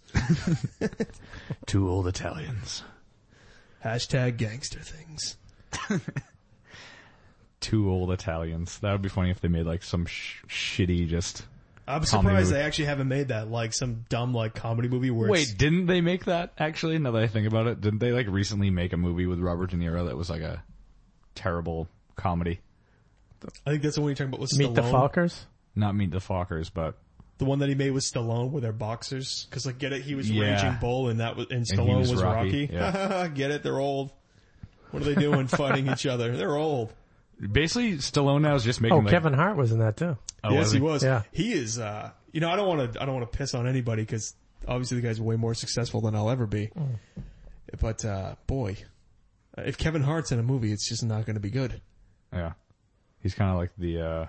A: Two old Italians.
B: hashtag gangster things.
A: Two old Italians. That would be funny if they made like some sh- shitty just.
B: I'm
A: Comedy
B: surprised
A: movie.
B: they actually haven't made that like some dumb like comedy movie where it's-
A: Wait, didn't they make that actually? Now that I think about it, didn't they like recently make a movie with Robert De Niro that was like a terrible comedy?
B: I think that's the one you're talking about with
C: Meet
B: Stallone.
C: the Falkers.
A: Not Meet the Fockers, but
B: The one that he made with Stallone with their boxers. Cause like, get it? He was
A: Yeah.
B: Raging Bull and that was, and
A: he
B: Stallone
A: was
B: was,
A: Rocky,
B: Rocky.
A: yeah.
B: get it? They're old. What are they doing fighting each other? They're old.
A: basically Stallone now is just making.
C: Oh,
A: like,
C: Kevin Hart was in that too.
A: Oh,
B: yes, he was.
C: Yeah.
B: He is, uh, you know, I don't want to, I don't want to piss on anybody cause obviously the guy's way more successful than I'll ever be. But, uh, boy, if Kevin Hart's in a movie, it's just not going to be good.
A: Yeah, he's kind of like the uh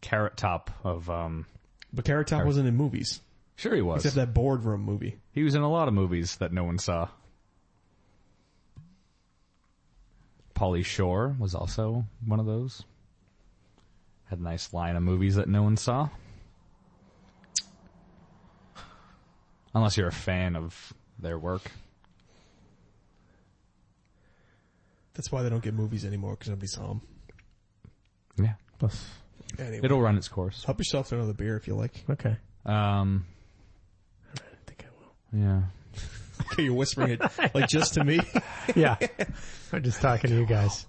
A: carrot top of. um
B: But Carrot Top wasn't in movies
A: Sure, he was.
B: except that boardroom movie.
A: He was in a lot of movies that no one saw. Polly Shore was also one of those. Had a nice line of movies that no one saw. Unless you're a fan of their work.
B: That's why they don't get movies anymore because nobody saw them.
A: Yeah.
C: Plus,
B: Anyway,
A: It'll run its course.
B: help yourself to another beer if you like.
C: okay.
A: Um,
C: I think I
A: yeah.
B: Okay, you're whispering it like just to me.
C: will. Yeah, I'm just talking to you guys.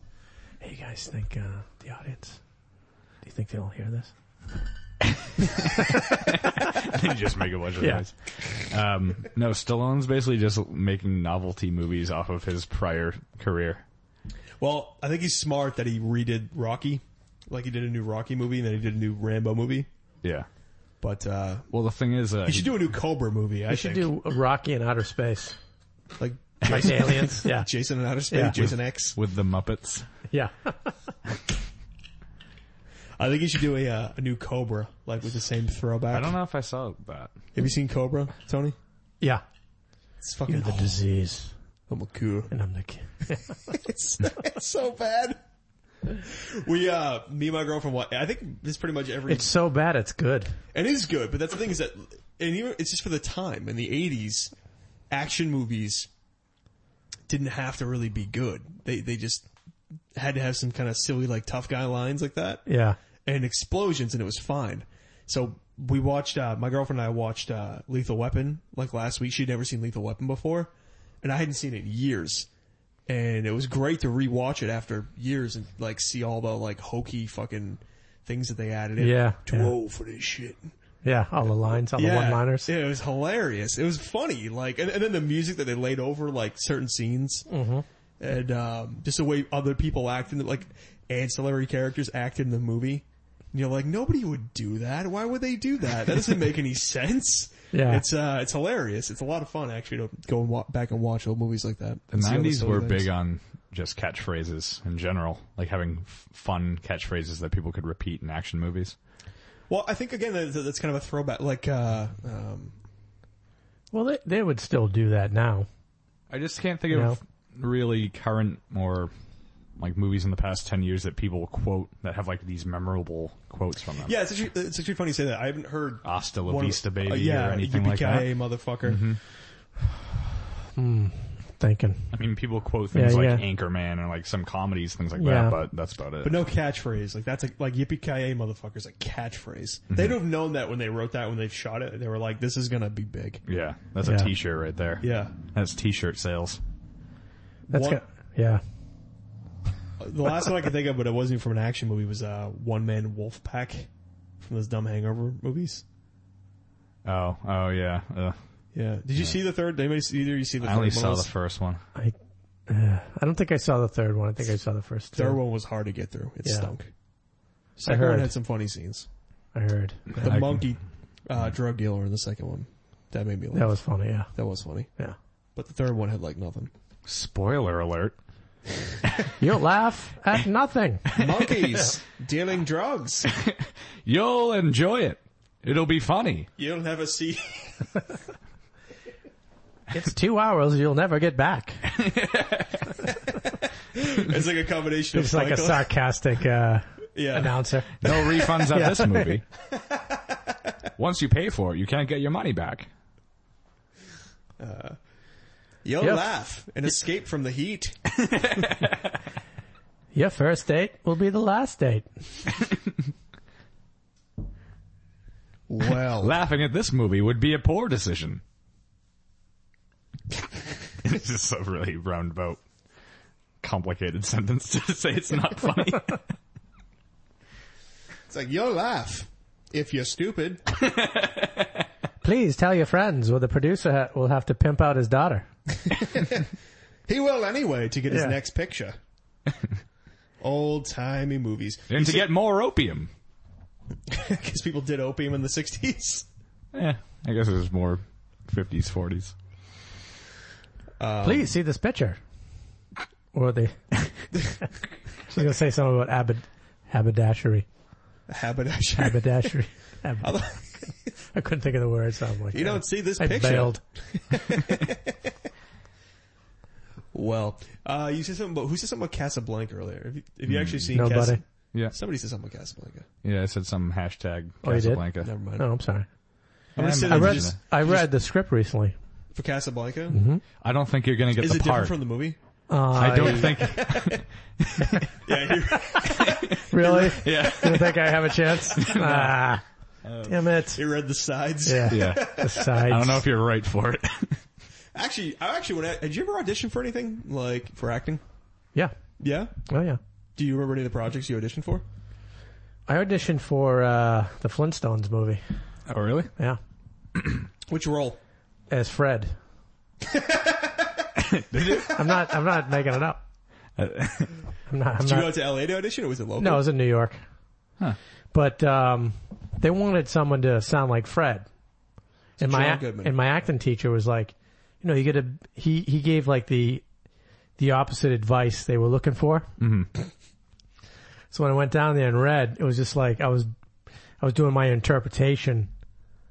C: Hey, you guys think uh, the audience? Do you think they'll hear this?
A: you just make a bunch of
C: Yeah.
A: noise. Um, no, Stallone's basically just making novelty movies off of his prior career.
B: Well, I think he's smart that he redid Rocky, like he did a new Rocky movie, and then he did a new Rambo movie.
A: Yeah.
B: But uh,
A: Well, the thing is, uh,
B: he should do a new Cobra movie. I
C: You should
B: think.
C: do Rocky and Outer Space.
B: like
C: Like the aliens. Yeah.
B: Jason and Outer Space,
C: Yeah.
B: Jason X.
A: with the Muppets.
C: Yeah.
B: I think he should do a, uh, a new Cobra, like with the same throwback.
A: I don't know if I saw that.
B: Have you seen Cobra, Tony?
C: Yeah.
B: It's fucking
C: The disease.
B: I'm a cool.
C: And I'm the kid.
B: It's, it's so bad. We, uh, me and my girlfriend, wa- I think this pretty much every,
C: It's so bad it's good.
B: and it is good, but that's the thing is that, and even, it's just for the time, in the 80s, action movies didn't have to really be good. They, they just had to have some kind of silly, like tough guy lines like that.
C: Yeah.
B: and explosions and it was fine. So we watched, uh, my girlfriend and I watched, uh, Lethal Weapon like last week. She'd never seen Lethal Weapon before and I hadn't seen it in years. And it was great to rewatch it after years and like see all the like hokey fucking things that they added in.
C: Yeah,
B: Too
C: yeah.
B: old for this shit.
C: Yeah. All the lines, all the one liners.
B: Yeah, it was hilarious. It was funny. Like, and, and then the music that they laid over like certain scenes
C: Mm-hmm.
B: and, um, just the way other people acted, like ancillary characters acted in the movie. And you're like, nobody would do that. Why would they do that? That doesn't make any sense.
C: Yeah.
B: It's, uh, it's hilarious. It's a lot of fun actually to go and wa- back and watch old movies like that.
A: The 90s were big on just catchphrases in general, like having f- fun catchphrases that people could repeat in action movies.
B: Well, I think again, that- that's kind of a throwback. Like, uh, um,
C: Well, they, they would still do that now.
A: I just can't think
C: You
A: of really current or like movies in the past 10 years that people quote that have like these memorable quotes from them.
B: yeah, it's actually, it's actually funny you say that. I haven't heard
A: Hasta la
B: one of-
A: vista, Ah, baby,
B: uh, yeah,
A: or anything like that. Mm-hmm.
B: yippee-ki-yay, motherfucker.
C: Thinking.
A: I mean, people quote things
C: Yeah,
A: like
C: yeah.
A: Anchorman and like some comedies, things like
C: Yeah.
A: that, but that's about it.
B: But no catchphrase. Like that's a, like yippee ki yay motherfuckers a catchphrase. They'd have known that when they wrote that when they shot it. They were like, this is gonna be big.
A: yeah, that's
C: Yeah.
A: a t-shirt right there.
B: Yeah.
A: That's t-shirt sales.
C: That's
B: One-
C: good. Yeah.
B: The last one I could think of, but it wasn't even from an action movie, was uh, One Man Wolf Pack from those dumb Hangover movies.
A: Oh, oh yeah. Uh,
B: Yeah. Did you see the third? Did anybody see, either you see the
A: I
B: third
A: only
B: one?
A: saw the
B: was-
A: first one.
C: I, uh, I don't think I saw the third one. I think I saw the first two.
B: third one was hard to get through. It
C: Yeah.
B: stunk. Second one
C: heard.
B: had some funny scenes.
C: I heard.
B: The
A: I-
B: monkey uh, drug dealer in the second one. That made me laugh.
C: That was funny. Yeah.
B: that was funny.
C: Yeah.
B: But the third one had like nothing.
A: Spoiler alert.
C: You'll laugh at nothing.
B: Monkeys dealing drugs.
A: You'll enjoy it. It'll be funny.
B: You'll never see.
C: It's two hours you'll never get back.
B: It's like a combination of
C: It's like a
B: Michael-
C: sarcastic, uh,
B: yeah.
C: announcer.
A: No refunds on this movie. Once you pay for it, you can't get your money back.
B: You'll
C: Yep.
B: laugh and escape from the heat.
C: Your first date will be the last date.
B: Well,
A: Laughing at this movie would be a poor decision. it's just a really roundabout, complicated sentence to say it's not funny.
B: it's like you'll laugh if you're stupid.
C: Please tell your friends or the producer ha- will have to pimp out his daughter.
B: He will anyway to get his
C: Yeah.
B: next picture. Old timey movies
A: and to get more opium.
B: because people did opium in the sixties.
A: Eh, I guess it was more 50s, 40s.
B: Um.
C: Please see this picture. Or they, she's gonna say something about abid, haberdashery.
B: Haberdasher.
C: Haberdashery. Hab- I couldn't think of the word, so I'm like, uh,
B: You don't see this
C: I
B: picture.
C: bailed.
B: Well, uh, you said something about who said something about Casablanca earlier? Have you, have you actually seen
C: Mm, Nobody.
B: Casa-
A: Yeah.
B: Somebody said something about Casablanca.
A: Yeah, I said some hashtag
C: Oh, you did?
A: Casablanca.
B: Never mind.
C: No, I'm sorry.
B: I'm gonna say
A: I
B: that
C: I
B: you
C: read,
B: just-
C: I read the script recently.
B: for Casablanca.
C: Mm-hmm.
A: I don't think you're gonna get
B: Is
A: the
B: it
A: part.
B: different from the movie?
C: Uh,
A: I don't think.
B: Yeah, you're-
C: Really?
A: Yeah,
C: You think I have a chance? Ah, damn it.
B: you read the sides.
C: Yeah.
A: yeah.
C: The sides.
A: I don't know if you're right for it.
B: Actually, I actually want to. Did you ever audition for anything like for acting?
C: Yeah.
B: Yeah.
C: Oh yeah.
B: Do you remember any of the projects you auditioned for?
C: I auditioned for uh, the Flintstones movie.
A: Oh, really?
C: Yeah,
B: Which role?
C: as Fred. I'm not. I'm not making it up.
A: Uh,
C: I'm not. I'm
B: Did you
C: not.
B: go to LA to audition or was it local?
C: Uh, No, it was in New York.
A: Huh.
C: But um, they wanted someone to sound like Fred. And my
B: John
C: ac-
B: Goodman.
C: and my acting teacher was like, you know, you get a he he gave like the the opposite advice they were looking for. Mm-hmm. So when I went down there and read, it was just like I was I was doing my interpretation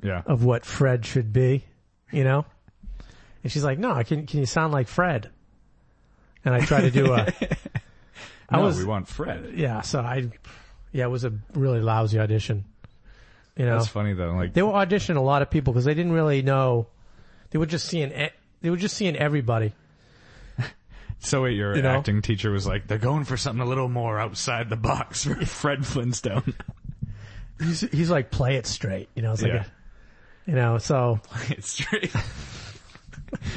A: Yeah.
C: of what Fred should be, you know? And she's like, no, can, can you sound like Fred? And I tried to do a, I
A: no,
C: was,
A: Oh, we want Fred.
C: yeah, so I, yeah, it was a really lousy audition, you know?
A: That's funny though. Like,
C: Oh. They were auditioning a lot of people because they didn't really know, they were just seeing, e- they were just seeing everybody.
A: so wait, your
C: You know?
A: acting teacher was like, they're going for something a little more outside the box for Fred Flintstone.
C: He's, he's like, play it straight, you know? It's like,
A: Yeah.
C: a- you know, so,
A: it's straight.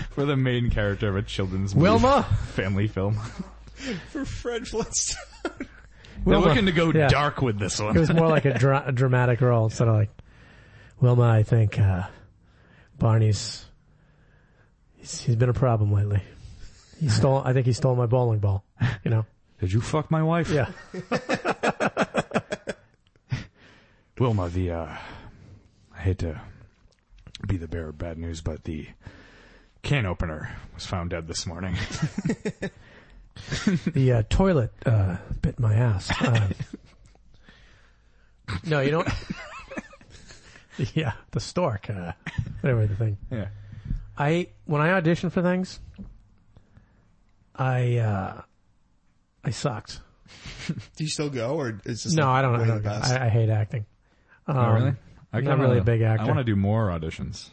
A: For the main character of a children's movie.
C: Wilma!
A: family film.
B: For Fred Flintstone.
A: They're
C: Wilma-
A: looking to go
C: yeah.
A: dark with this
C: It
A: one.
C: was more like a, dra- a dramatic role instead of like, Wilma, I think, uh, Barney's, he's, he's been a problem lately. He stole, I think he stole my bowling ball, you know?
A: Did you fuck my wife?
C: Yeah.
A: Wilma, the, uh, I hate to be the bearer of bad news, but the can opener was found dead this morning.
C: The, uh, toilet, uh, bit my ass. Uh, no, you don't. yeah, the stork, uh, whatever the thing.
A: yeah.
C: I when I audition for things, I uh I sucked.
B: Do you still go or is this
C: No,
B: like
C: I don't.
B: one
C: I,
B: of
C: don't
B: the best?
C: I, I hate acting. Um,
A: Oh, really? I
C: I'm not
A: kinda-
C: really a big actor.
A: I want to do more auditions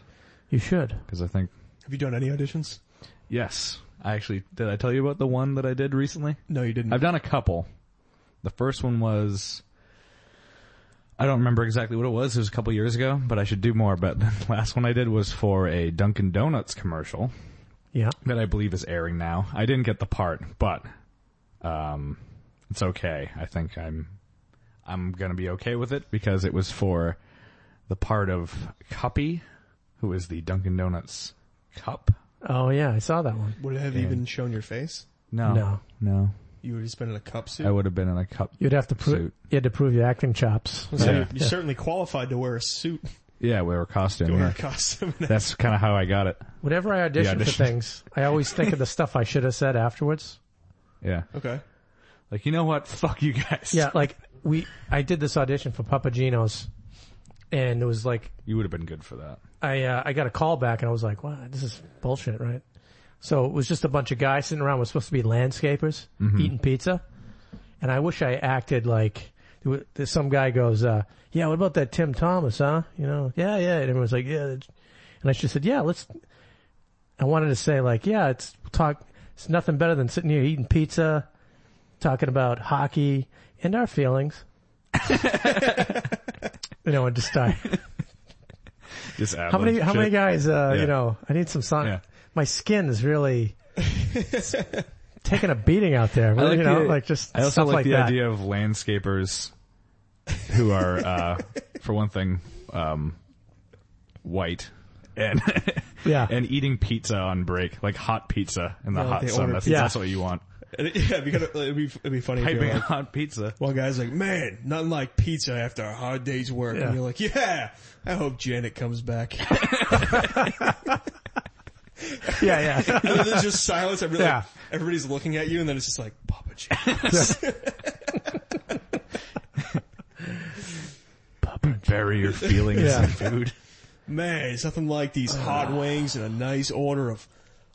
C: You should.
A: because I think
B: Have you done any auditions?
A: yes, Mm-hmm. I actually did. I tell you about the one that I did recently.
B: No, you didn't.
A: I've done a couple. The first one was I don't remember exactly what it was. It was a couple years ago, but I should do more. But the last one I did was for a Dunkin' Donuts commercial
C: Yeah.
A: that I believe is airing now. I didn't get the part, but um, it's okay. I think I'm I'm gonna be okay with it because it was for the part of Cuppy, who is the Dunkin' Donuts cup.
C: Oh yeah, I saw that one.
B: Would it have even shown your face?
A: No,
C: No.
A: no.
B: You would have just been in a cup suit.
A: I would have been in a cup.
C: You'd have to prove
A: Suit.
C: you had to prove your acting chops.
B: so
A: Yeah.
B: you, you certainly qualified to wear a suit
A: Yeah, we were costume.
B: or
A: yeah.
B: a costume.
A: That's kind of how I got it.
C: Whenever I
A: Yeah,
C: audition for
A: audition.
C: things, I always think of the stuff I should have said afterwards.
A: Yeah.
B: okay.
A: Like, you know what? Fuck you guys.
C: Yeah, like we I did this audition for Papagino's and it was like
A: You would have been good for that.
C: I uh, I got a call back and I was like, wow, this is bullshit, right? So it was just a bunch of guys sitting around. We're supposed to be landscapers eating pizza, and I wish I acted like there wa- there's some guy goes, uh, "Yeah, what about that Tim Thomas, huh?" You know, yeah, yeah. And everyone's like, "Yeah," that's-" and I just said, "Yeah, let's." I wanted to say like, "Yeah, it's talk. It's nothing better than sitting here eating pizza, talking about hockey and our feelings." you know, and just start.
A: Just
C: How many? How many guys? Uh,
A: Yeah.
C: You know, I need some sun.
A: Yeah.
C: My skin is really s- taking a beating out there.
A: I like
C: you know,
A: the-
C: like just
A: I also
C: stuff
A: like,
C: like,
A: the
C: that.
A: idea of landscapers who are, uh, for one thing, um, white and
C: Yeah,
A: and eating pizza on break, like hot pizza in the
B: No,
A: hot
B: they
A: sun.
B: order
A: That's,
C: Oh, pizza.
A: that's what you want.
B: And it- yeah, it'd be, kind of, it'd be, it'd be funny. If you were
A: Piping
B: like,
A: hot pizza.
B: one guy's like, "Man, nothing like pizza after a hard day's work,"
C: Yeah.
B: and you're like, "Yeah, I hope Janet comes back."
C: yeah, yeah.
B: and then there's just silence. Everybody,
C: Yeah.
B: everybody's looking at you, and then it's just like, "Papa Janet."
A: Bury your feelings
C: Yeah.
A: in food.
B: Man, it's nothing like these
C: Uh.
B: hot wings and a nice order of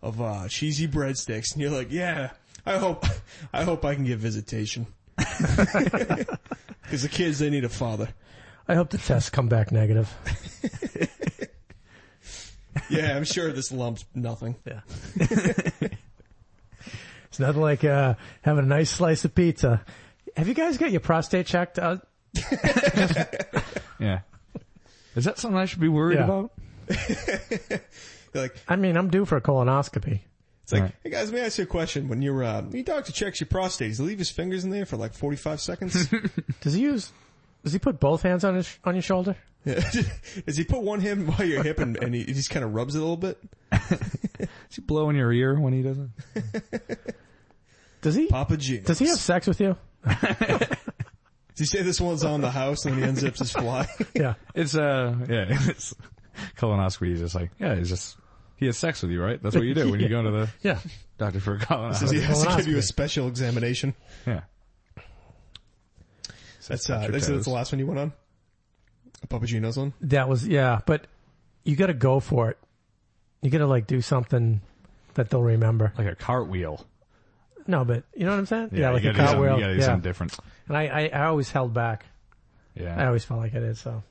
B: of uh, cheesy breadsticks. And you're like, yeah, I hope I hope I can get visitation because the kids they need a father.
C: I hope the tests come back negative.
B: Yeah, I'm sure this lump's nothing.
C: Yeah. it's nothing like uh, having a nice slice of pizza. Have you guys got your prostate checked? Uh,
A: Yeah. Is that something I should be worried
C: Yeah.
A: about?
B: They're like,
C: I mean, I'm due for a colonoscopy.
B: it's like,
A: Right.
B: hey guys, let me ask you a question. When your uh, your doctor checks your prostate, does he leave his fingers in there for like 45 seconds?
C: Does he use Does he put both hands on his sh- on your shoulder?
B: Does he put one hand by your hip and, and he he just kind of rubs it a little bit?
A: Is he blowing your ear when he does it?
C: Does he?
B: Papa Gino.
C: Does he have sex with you?
B: Does he say this one's on the house and then he unzips his fly?
C: Yeah.
A: It's uh yeah, it's colonoscopy. He's just like yeah, he's just he has sex with you, right? That's what you do when you go to the
C: Yeah.
A: doctor for a
B: Does he
A: colonoscopy.
B: has to give you a
C: Colonoscopy.
B: special examination?
A: Yeah.
B: That's uh, that's, that's the last one you went on. A Papa Gino's one.
C: That was yeah, but you got to go for it. You got to like do something that they'll remember.
A: like a cartwheel.
C: No, but you know what I'm saying?
A: you
C: like
A: gotta
C: a
A: do something-
C: cartwheel.
A: You gotta do
C: Yeah.
A: something different.
C: And I, I, I always held back. I
A: Yeah.
C: always felt like I did. So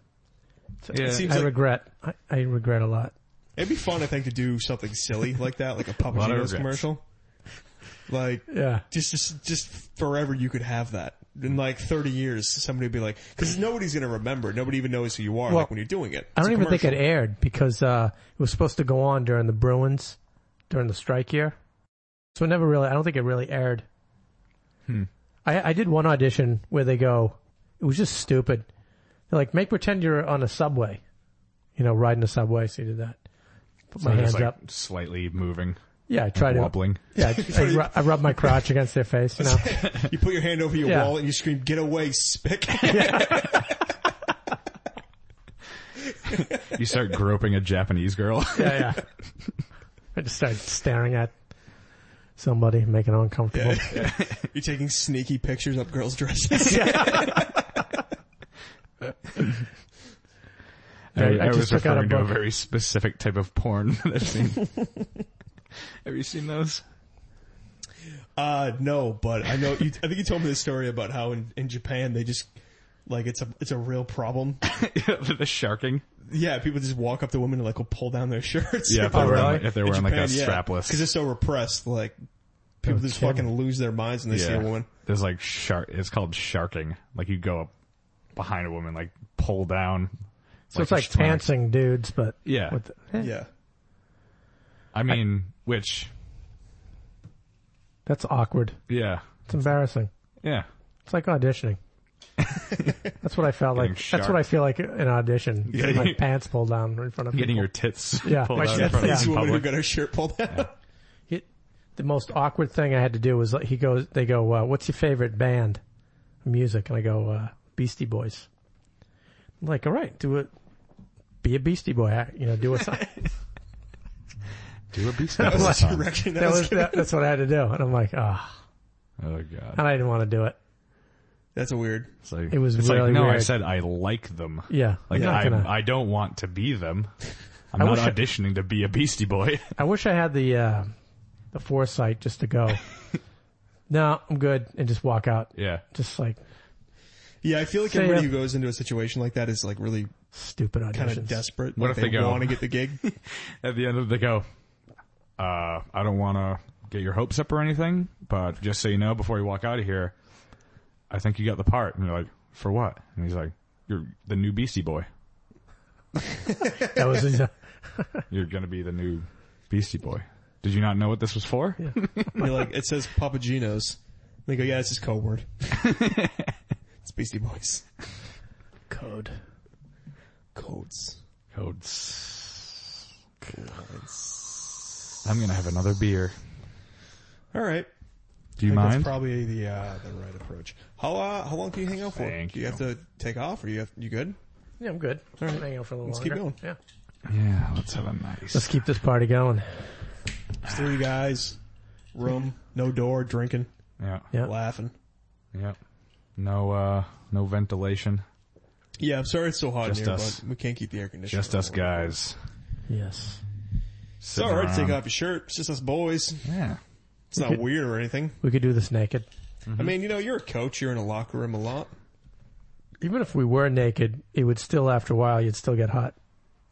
A: yeah.
B: It seems
C: I
B: like
C: regret. I, I regret a lot.
B: it'd be fun, I think, to do something silly like that, like a Papa
A: Lot of
B: Gino's
A: regrets.
B: commercial. Like
C: Yeah.
B: just just just forever, you could have that. In like 30 years, somebody would be like, because nobody's gonna remember. Nobody even knows who you are.
C: Well,
B: like when you're doing it,
C: I don't
B: It's a
C: even think it
B: commercial.
C: aired because uh, it was supposed to go on during the Bruins, during the strike year. So it never really. I don't think it really aired. I, I did one audition where they go. It was just stupid. They're like, make pretend you're on a subway, you know, riding a subway. So you did that. Put my
A: So
C: hands
A: just, like,
C: up.
A: slightly moving,
C: Yeah, I tried to.
A: wobbling.
C: Yeah, I, I, ru- I rubbed my crotch against their face. You know,
B: You put your hand over your
C: Yeah.
B: wallet and you scream, "Get away, spick!"
A: You start groping a Japanese girl.
C: yeah, yeah. I just started staring at somebody, making it uncomfortable.
B: you're taking sneaky pictures up girls' dresses.
A: I,
C: I
A: I
C: just
A: was
C: took out a
A: referring to a
C: book.
A: very specific type of porn that I've seen. Have you seen those?
B: Uh, no, but I know you, I think you told me this story about how in, in Japan they just, like, it's a, it's a real problem.
A: Yeah, the sharking.
B: Yeah, people just walk up to women and like will pull down their shirts.
A: Yeah, if they're
C: Oh,
A: wearing,
C: really?
A: like- if they're wearing like a strapless.
B: Cause it's so repressed, like, people just
C: kidding.
B: fucking lose their minds when they see a woman.
A: There's like shark. It's called sharking. Like you go up behind a woman, like pull down.
C: So it's
A: a
C: like
A: strong-
C: pantsing dudes, but
A: Yeah.
C: with eh,
B: Yeah.
A: I mean, which
C: that's awkward.
A: yeah,
C: It's embarrassing.
A: yeah.
C: It's like auditioning. that's what I felt like.
A: Getting
C: That's what I feel like in audition. Getting my pants pulled down in front of
A: Getting
C: people.
A: your tits
C: Yeah,
A: pulled
C: my
A: out in
C: shit's-
A: front
C: yeah.
A: of
B: This
A: the
B: woman who
A: public.
B: got her shirt pulled down.
C: It- the most awkward thing I had to do was like, he goes, they go, uh, what's your favorite band, music? And I go, uh, Beastie Boys. I'm like, all right, do it. Be a Beastie Boy, act, you know, do a song.
A: Do a beast
B: That was the
A: song.
B: direction that
C: that
B: was
C: was,
B: gonna-
C: that, that's what I had to do. And I'm like, ah,
A: Oh god.
C: and I didn't want to do it.
B: That's a weird.
A: It's like,
C: It was
A: it's
C: really
A: like, no, I
C: weird.
A: said I like them.
C: Yeah.
A: Like
C: I'm not
A: I,
C: gonna-
A: I don't want to be them. I'm
C: I
A: not
C: wish I-
A: auditioning to be a Beastie Boy.
C: I wish I had the uh, the foresight just to go. no, I'm good, and just walk out.
A: yeah.
C: Just like
B: Yeah, I feel like
C: Say,
B: everybody
C: uh,
B: who goes into a situation like that is like really
C: stupid auditions.
B: kind of desperate.
A: What
B: like,
A: if they go-
B: want to get the gig?
A: At the end of it, they go, uh, I don't want to get your hopes up or anything, but just so you know, before you walk out of here, I think you got the part. And you're like, for what? And he's like, you're the new Beastie Boy.
C: That was his,
A: You're going to be the new Beastie Boy. Did you not know what this was for?
B: You're like, it says Papagenos. They go, yeah, it's his code word. it's Beastie Boys.
C: code.
B: Codes.
A: Codes. I'm going to have another beer.
B: All right.
A: Do you
B: I think That's
A: mind?
B: probably the uh, the right approach. How uh, how long can you hang out for?
A: Thank
B: Do you,
A: you.
B: have to take off, or you have, you good?
C: Yeah, I'm good. All right. Hang out for a little
B: Let's keep
C: longer.
B: going.
C: Yeah.
A: yeah, let's have a nice.
C: Let's keep this party going.
B: It's three guys, room, no door, drinking,
A: yeah.
C: Yeah.
B: laughing.
A: Yeah. No, uh, no ventilation.
B: Yeah, I'm sorry it's so hot
A: Just
B: in here,
A: us.
B: but we can't keep the air conditioner.
A: Just us
B: on.
A: guys.
C: Yes.
B: It's all right to take off your shirt. It's just us boys.
A: Yeah.
B: It's not weird or anything.
C: We could do this naked.
B: I mean, you know, you're a coach. You're in a locker room a lot.
C: Even if we were naked, it would still, after a while, you'd still get hot.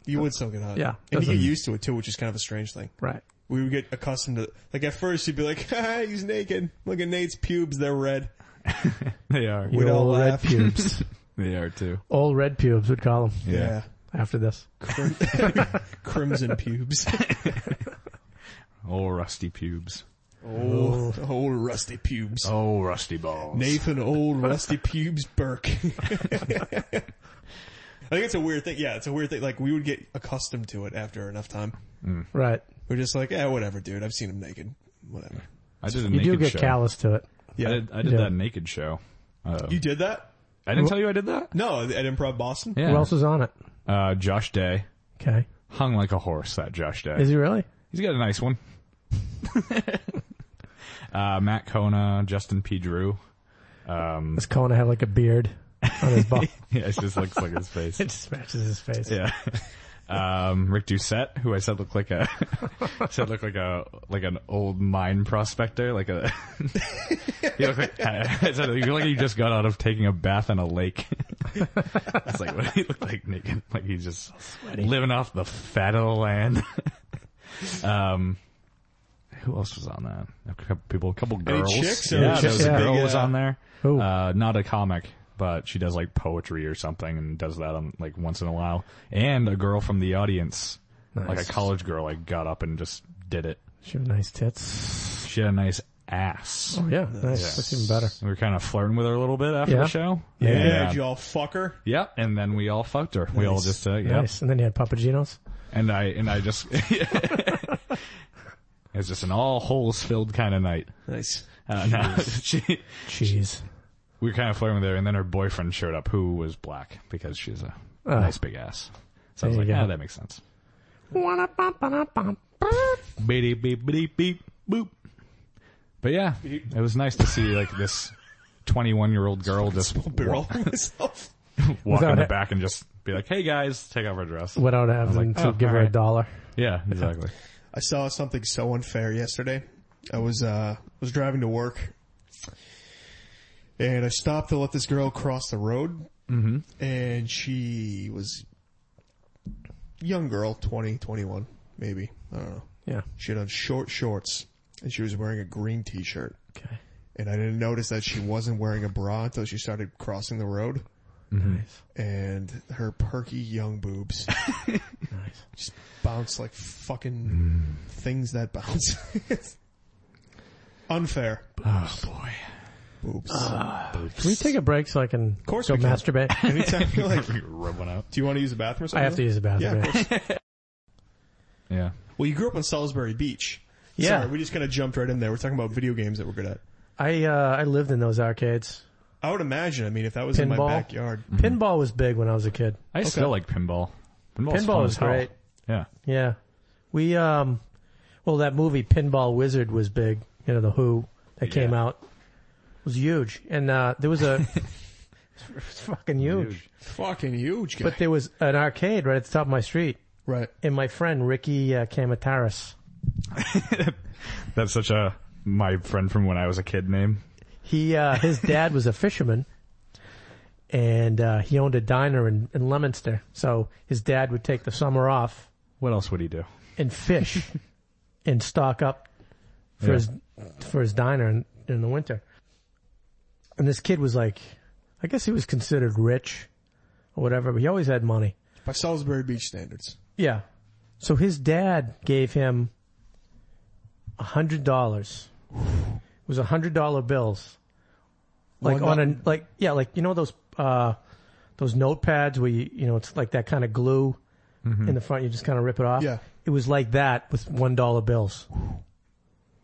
B: You would still get hot.
C: Yeah,
B: and you
C: doesn't-
B: get used to it too, which is kind of a strange thing.
C: Right.
B: we would get accustomed to like at first you'd be like, ha, he's naked. Look at Nate's pubes, they're red.
A: They are.
C: Your
B: all
C: old
B: laugh.
C: red pubes.
A: They are too.
C: old red pubes would call them
B: Yeah.
C: after this.
B: Crim- Crimson pubes.
A: Oh, rusty pubes.
B: Old, old rusty pubes.
A: Oh, rusty balls.
B: Nathan Old Rusty Pubes Burke. I think it's a weird thing. Yeah, it's a weird thing. Like we would get accustomed to it after enough time.
C: Right.
B: We're just like, yeah, whatever, dude. I've seen him naked. Whatever.
A: I did a
C: You
A: naked
C: do get
A: show.
C: callous to it.
B: Yeah.
A: I did, I did
C: Yeah.
A: that naked show. Uh,
B: you did that?
A: I didn't tell you I did that?
B: No, at Improv Boston.
A: Yeah.
C: Who else was on it?
A: uh, Josh Day.
C: Okay.
A: Hung like a horse, that Josh Day.
C: Is he really?
A: He's got a nice one. uh, Matt Kona, Justin P. Drew.
C: Does Conan have like a beard on his ball?
A: Yeah, it just looks like his face.
C: it just matches his face.
A: Yeah. Um, Rick Doucette, who I said looked like a said looked like a like an old mine prospector, like a he looked like I said you look like you just got out of taking a bath in a lake. it's like what he looked like naked, like he's just living off the fat of the land. um, who else was on that? A couple people, a couple
B: Any
A: girls.
B: chicks?
A: yeah,
B: Or
A: there
B: just
A: was a
C: yeah.
A: girl
B: big,
A: was
B: uh,
A: on there.
C: Who?
A: Uh, not a comic, but she does like poetry or something and does that on like once in a while. And a girl from the audience, like
C: Nice.
A: a college girl, like got up and just did it.
C: She had nice tits.
A: She had a nice ass.
C: Oh yeah, nice. That's even better.
A: We were kind of flirting with her a little bit after
C: Yeah.
A: the show.
B: Yeah,
A: And, uh,
B: y'all fucker.
A: yeah, and then we all fucked her. We all
B: Nice.
A: just, uh, yep.
C: Nice. And then you had Papaginos.
A: And I, and I just, it's just an all holes filled kind of night.
B: Nice.
A: Uh, no, she,
C: Jeez.
A: we were kind of flirting with her, and then her boyfriend showed up, who was black because she's a
C: Oh.
A: nice big ass. So I was
C: There
A: like,
C: you go.
A: yeah, that makes sense.
C: Wa-da-bum-ba-da-bum.
A: Beep beep beep beep boop. But yeah, it was nice to see like this twenty-one-year-old girl just
B: Barrel
A: wa-
B: myself.
A: walk
C: Without
A: in the
C: it.
A: back and just be like, "Hey guys, take off our dress."
C: Without having
A: like,
C: to
A: oh,
C: give her a
A: alright.
C: dollar.
A: Yeah, exactly.
B: I saw something so unfair yesterday. I was uh was driving to work, and I stopped to let this girl cross the road, mm-hmm. and she was young girl, 20, 21, maybe I don't know.
C: Yeah.
B: She had on short shorts, and she was wearing a green T-shirt,
C: Okay.
B: and I didn't notice that she wasn't wearing a bra until she started crossing the road.
C: Nice.
B: And her perky young boobs
C: Nice.
B: just bounce like fucking
C: Mm.
B: things that bounce. Unfair.
A: Oh boy.
B: Boobs.
C: Uh. Can we take a break so I can of
B: course
C: go
B: we can.
C: masturbate?
B: Anytime you're like, do
A: Rub one out.
B: you want to use the bathroom or something?
C: I have to use the
B: Yeah,
C: bathroom.
B: of course.
A: Yeah.
B: Well, you grew up on Salisbury Beach.
C: Yeah.
B: Sorry, we just kind of jumped right in there. We're talking about video games that we're good at.
C: I uh I lived in those arcades.
B: I would imagine, I mean, if that was in my
C: Pinball.
B: backyard.
C: Pinball was big when I was a kid.
A: I still like pinball. Pinball's
C: Pinball
A: fun
C: was
A: as hell.
C: great.
A: Yeah.
C: Yeah. We um well that movie Pinball Wizard was big, you know, the Who that came
A: Yeah.
C: out. It was huge. And uh there was a it's fucking huge.
B: Fucking huge guy.
C: But there was an arcade right at the top of my street.
B: right.
C: And my friend Ricky uh, Kamataris,
A: That's such a my friend from when I was a kid name.
C: he uh his dad was a fisherman and uh he owned a diner in, in Leominster. So his dad would take the summer off
A: What else would he do?
C: and fish and stock up for
A: Yeah.
C: his for his diner in, in the winter. And this kid was like, I guess he was considered rich or whatever, but he always had money.
B: By Salisbury Beach standards.
C: Yeah. So his dad gave him a hundred dollars. It was a hundred dollar bills. Like
B: One
C: on a, like, yeah, like, you know those, uh, those notepads where you, you know, it's like that kind of glue in the front, you just kind of rip it off.
B: Mm-hmm. Yeah.
C: It was like that with one dollar bills.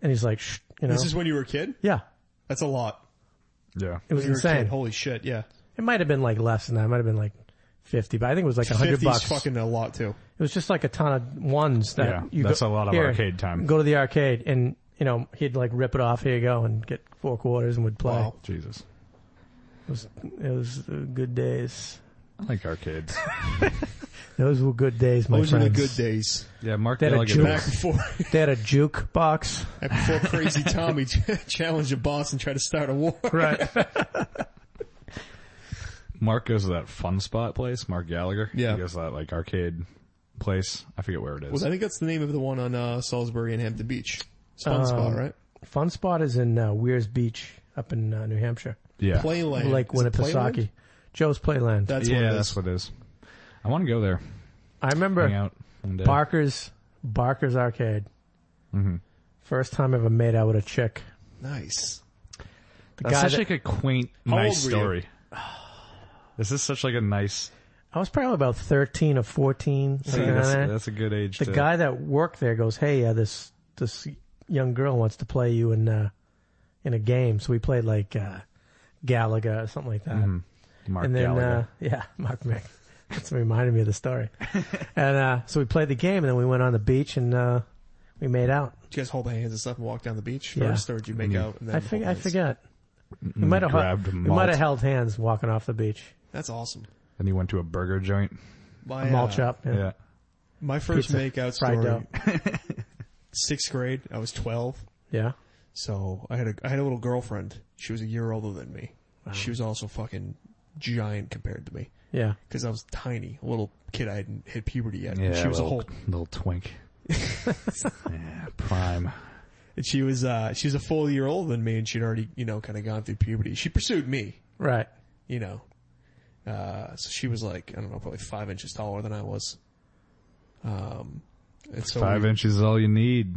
C: And he's like, Shh, you know,
B: This is when you were a kid?
C: yeah,
B: That's a lot.
A: Yeah.
C: it was
B: When you were a kid,
C: insane.
B: Holy shit, yeah.
C: It might have been like less than that. It might have been like 50, but I think it was like a hundred
B: 50's
C: bucks.
B: fucking a lot too.
C: It was just like a ton of ones that
A: Yeah,
C: you
A: that's
C: go,
A: a lot of
C: "Here,
A: arcade time."
C: Go to the arcade and you know he'd like rip it off. Here you go and get four quarters and would play.
B: Wow.
A: Jesus.
C: It was it was uh, good days.
A: I like arcades.
C: Those were good days, my
B: Those are
C: friends.
B: the good days.
A: yeah, Mark
C: They had a
A: Delegate.
C: juke-
A: was-
B: Back before,
C: They had a jukebox.
B: back before crazy Tommy challenged a boss and tried to start a war.
C: Right.
A: Mark goes to that fun spot place, Mark Gallagher.
B: Yeah.
A: He goes to that like arcade place. I forget where it is.
B: Well, I think that's the name of the one on uh, Salisbury and Hampton Beach. It's
C: Um,
B: a fun spot, right?
C: Fun spot is in uh, Weirs Beach up in uh, New Hampshire,
A: yeah.
B: Playland.
C: Lake
B: Is it Playland?
C: Winnipesaukee. Joe's Playland.
B: That's
A: yeah,
B: what it
A: that's
B: is.
A: what it is. I want to go there.
C: I remember
A: Hang out one day. Mm-hmm.
C: Barker's Barker's Arcade. First time I ever made out with a chick.
B: Nice.
C: The
A: That's
C: guy
A: such
C: that-
A: like a quaint,
B: How
A: nice
B: old were you?
A: story. This is such like a nice.
C: I was probably about 13 or 14.
A: See,
C: something like
A: that's,
C: that.
A: that's a good age.
C: the
A: to,
C: guy that worked there goes, "Hey, uh, this this young girl wants to play you in uh, in a game." So we played like uh, Galaga or something like that.
A: Mm-hmm. Mark
C: and then
A: Gallagher.
C: uh, yeah, Mark Mick. That's reminded me of the story. and uh, so we played the game, and then we went on the beach and uh, we made out.
B: Did you guys hold hands and stuff and walk down the beach
C: Yeah.
B: first, or did you make
A: Mm-hmm.
B: out? And then
C: I
B: hold
C: think I
B: hands?
C: forget. We might have
A: grabbed
C: we
A: malt.
C: might have held hands walking off the beach.
B: That's awesome.
A: Then he went to a burger joint.
B: My,
C: Malt
B: uh,
C: shop. Yeah.
A: Yeah.
B: My first
C: Pizza.
B: makeout
C: Fried
B: story. sixth grade. I was twelve.
C: Yeah.
B: So I had a I had a little girlfriend. She was a year older than me.
A: Uh-huh.
B: She was also fucking giant compared to me
C: Yeah.
B: because I was tiny, a little kid. I hadn't hit puberty yet.
A: Yeah.
B: she was
A: little,
B: a whole.
A: little twink. yeah, prime.
B: and She was uh she was a full year older than me, and she'd already you know kind of gone through puberty. She pursued me,
C: Right.
B: you know. Uh, so she was like I don't know, probably five inches taller than I was. Um, and so
A: Five
B: we,
A: inches is all you need.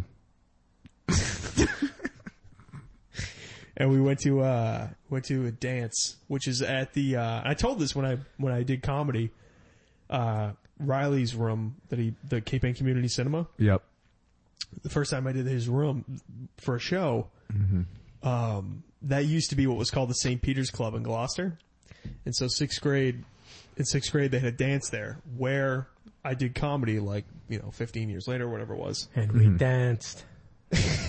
B: and we went to uh went to a dance, which is at the uh I told this when I when I did comedy, uh Riley's room that he the Cape Ann Community Cinema.
A: Yep.
B: The first time I did his room for a show, um that used to be what was called the St. Peter's Club in Gloucester, and so sixth grade in sixth grade they had a dance there where I did comedy like you know 15 years later or whatever it was.
C: And
A: Mm-hmm.
C: we danced.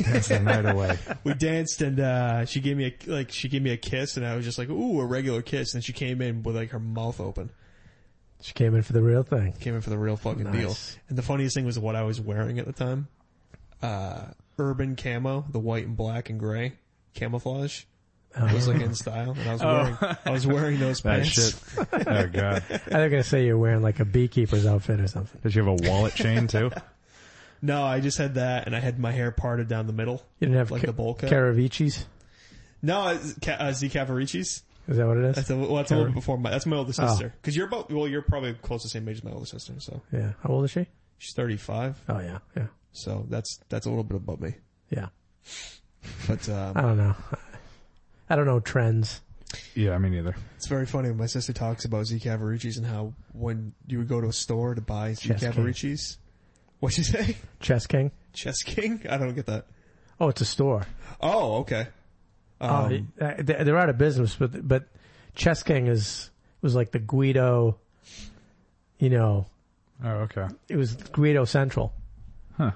A: That's the night away.
B: we danced and uh she gave me a like she gave me a kiss and I was just like ooh a regular kiss and she came in with like her mouth open
C: She came in for the real thing.
B: came in for the real fucking deal
C: Nice.
B: and the funniest thing was what I was wearing at the time uh urban camo the white and black and gray camouflage
C: Oh.
B: was like in style and I was wearing I was wearing those
A: That
B: pants
A: shit. Oh god.
C: I was gonna say you're wearing like a beekeeper's outfit or something.
A: Did you have a wallet chain too?
B: no I just had that and I had my hair parted down the middle
C: You didn't have
B: Like
C: ca-
B: the bowl cut?
C: Caravicis?
B: no it's Ca- uh, Z Cavaricci's
C: Is that what it is?
B: that's a, well, that's a little bit before my that's my older
C: Oh.
B: sister because you're about well you're probably close to the same age as my older sister so
C: yeah. How old is she?
B: she's 35
C: Oh yeah, yeah,
B: So that's that's a little bit above me.
C: yeah.
B: But
C: I
B: um,
C: don't know. I don't know trends.
A: Yeah, me neither.
B: it's very funny when my sister talks about Z Cavaricci's and how when you would go to a store to buy Z
C: Chess King.
B: Cavaricci's, what'd you say?
C: Chess King.
B: Chess King? I don't get that.
C: Oh, it's a store.
B: Oh, okay.
C: Oh,
B: Um,
C: uh, they- they're out of business, but but Chess King is was like the Guido. You know,
A: Oh, okay.
C: it was Guido Central.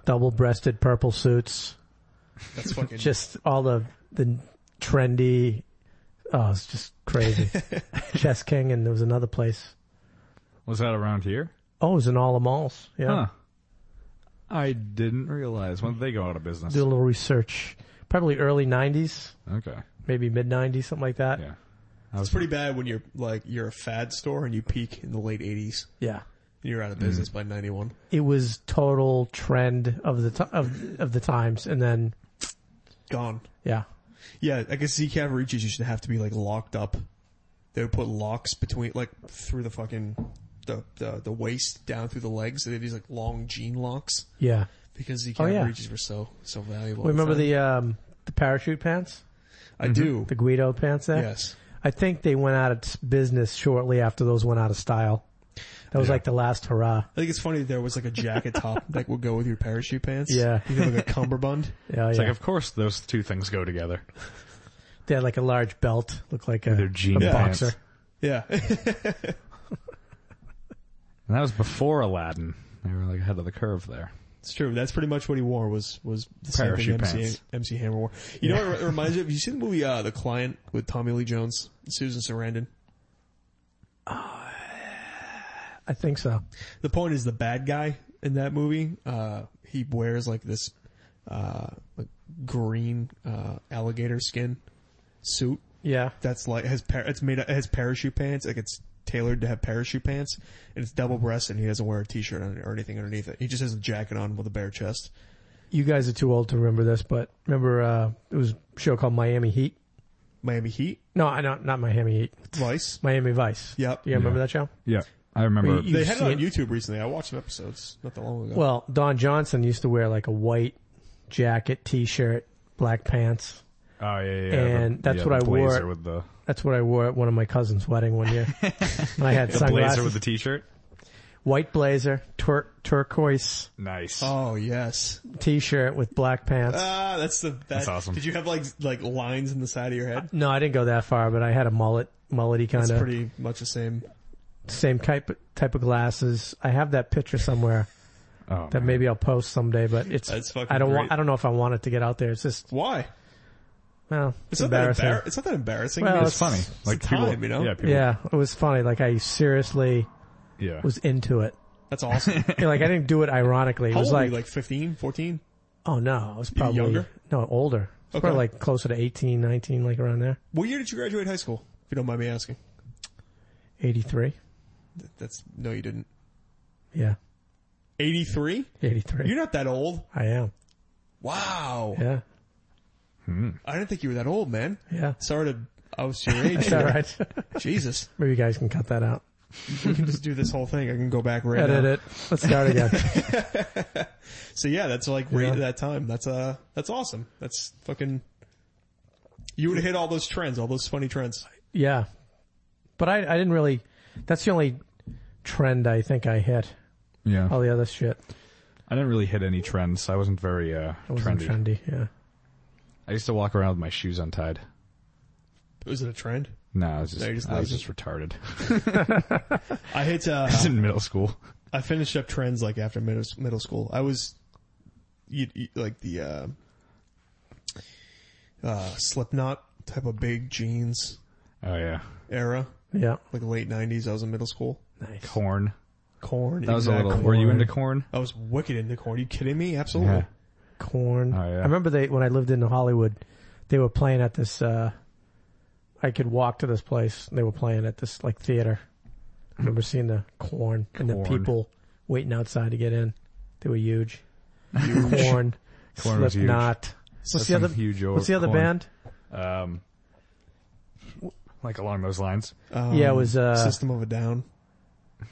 C: Double-breasted purple suits.
B: that's fucking.
C: Just all the the trendy. Oh, it's just crazy. Chess King, and there was another place.
A: Was that around here?
C: Oh, it was in all the malls. Yeah.
A: Huh. I didn't realize. When did they go out of business?
C: do a little research. Probably early '90s,
A: Okay.
C: maybe mid '90s, something like that.
A: Yeah.
B: it's pretty bad when you're like you're a fad store and you peak in the late '80s
C: Yeah.
B: and you're out of business by '91.
C: it was total trend of the t- of of the times, and then
B: Gone.
C: yeah,
B: Yeah, I guess Z Cavaricci's used to have to be like locked up. They would put locks between, like through the fucking, the, the, the waist down through the legs. They had these like long jean locks
C: yeah.
B: because Z
C: Oh, yeah.
B: Cavaricci's were so, so valuable.
C: Remember
B: at
C: the um the parachute pants,
B: time. I do.
C: the Guido pants? There,
B: yes.
C: I think they went out of s- business shortly after those went out of style. That was
B: Yeah.
C: like the last hurrah.
B: I think it's funny that there was like a jacket top that would go with your parachute pants.
C: Yeah.
B: You know, like a cummerbund.
C: Yeah,
A: It's
C: yeah.
A: like, of course those two things go together.
C: they had like a large belt, looked like a,
A: They're jean
C: a
A: pants.
C: boxer.
B: Yeah.
A: And that was before Aladdin. They were like ahead of the curve there.
B: it's true. That's pretty much what he wore was, was the same thing
A: Parachute
B: MC,
A: pants.
B: MC Hammer wore. You know what it reminds me of? You seen the movie, uh, The Client with Tommy Lee Jones, Susan Sarandon?
C: I think so.
B: the point is the bad guy in that movie, uh, he wears like this, uh, like green, uh, alligator skin suit
C: Yeah,
B: that's like, has, par- it's made, it has parachute pants, like it's tailored to have parachute pants, and it's double breasted and he doesn't wear a t-shirt on it or anything underneath it. He just has a jacket on with a bare chest.
C: you guys are too old to remember this, but remember uh it was a show called Miami Heat.
B: Miami Heat,
C: No, I not not Miami Heat.
B: Vice.
C: Miami Vice.
B: Yep.
C: You remember
A: Yeah.
C: that show?
A: Yeah. I remember.
C: You-
B: They
C: You've
B: had it on
C: seen-
B: YouTube recently. I watched some episodes not that long ago.
C: Well, Don Johnson used to wear like a white jacket, t-shirt, black pants.
A: Oh yeah, yeah. yeah,
C: And
A: the-
C: that's
A: yeah,
C: what
A: the
C: I wore.
A: blazer With the,
C: That's what I wore at one of my cousin's wedding one year. and I had
A: the
C: sunglasses,
A: blazer with the t-shirt.
C: white blazer, tur- turquoise
A: Nice.
B: Oh yes.
C: t-shirt with black pants.
B: Ah, that's the that,
A: That's awesome.
B: Did you have like like lines in the side of your head?
C: no, I didn't go that far, but I had a mullet, mullety kind
B: That's
C: of
B: pretty much the same.
C: same type type of glasses. I have that picture somewhere
A: Oh,
C: that
A: man.
C: maybe I'll post someday, but it's
B: That's fucking
C: I don't want
B: great.
C: I don't know if I want it to get out there. It's just
B: Why?
C: well,
B: It's
C: it's
B: not that
C: Oh, embarrassing.
B: embar- It's not that embarrassing.
C: Well,
B: It's-
A: It's funny.
C: It's
A: like
B: the
A: people,
B: time, you know?
A: Yeah, people,
C: yeah, it was funny. Like I seriously
A: yeah.
C: was into it.
B: that's awesome.
C: Yeah, like I didn't do it ironically. It
B: How
C: was
B: old were you?
C: like,
B: Like 15, 14?
C: oh no, it was probably
B: Younger?
C: no older. It's
B: Okay.
C: probably like closer to 18, 19, like around there.
B: What year did you graduate high school? If you don't mind me asking.
C: 83.
B: Th- That's no, you didn't.
C: Yeah.
B: 83?
C: 83.
B: You're not that old.
C: I am.
B: Wow.
C: Yeah.
B: I didn't think you were that old, man.
C: Yeah.
B: Sorry to, I was your age.
C: It's all right.
B: Jesus.
C: Maybe you guys can cut that out.
B: We can just do this whole thing. I can go back right
C: Edit
B: now.
C: it. Let's start again.
B: So yeah, that's like right
C: Yeah.
B: at that time. That's, uh, that's awesome. That's fucking, you would have hit all those trends, all those funny trends.
C: yeah. But I, I didn't really, that's the only trend I think I hit.
A: yeah.
C: All the other shit
A: I didn't really hit any trends. I wasn't very uh,
C: wasn't
A: trendy.
C: trendy. Yeah.
A: I used to walk around with my shoes untied.
B: Was it a trend?
A: No, I was just,
B: No, you're just
A: I was
B: lazy.
A: just retarded.
B: I hit, uh,
A: It's in middle school.
B: I finished up trends like after middle, middle school. I was, you, you- like the, uh, uh, Slipknot type of big jeans
A: Oh yeah,
B: era,
C: Yeah.
B: like late nineties. I was in middle school.
C: Nice.
A: corn.
B: Corn.
A: That was a
B: exactly.
A: little. Were you into corn?
B: I was wicked into corn. Are you kidding me? Absolutely.
C: corn.
A: Oh, yeah.
C: I remember they when I lived in Hollywood, they were playing at this. uh I could walk to this place. and They were playing at this like theater. I remember seeing the corn, and the
A: Corn.
C: people waiting outside to get in. They were huge. Corn,
A: Corn was huge.
C: Slipknot.
A: That's
C: What's the
A: some
C: other?
A: huge
C: What's the other
A: corn.
C: band?
A: Um, like along those lines.
B: Um,
C: Yeah, it was, uh,
B: System of a Down.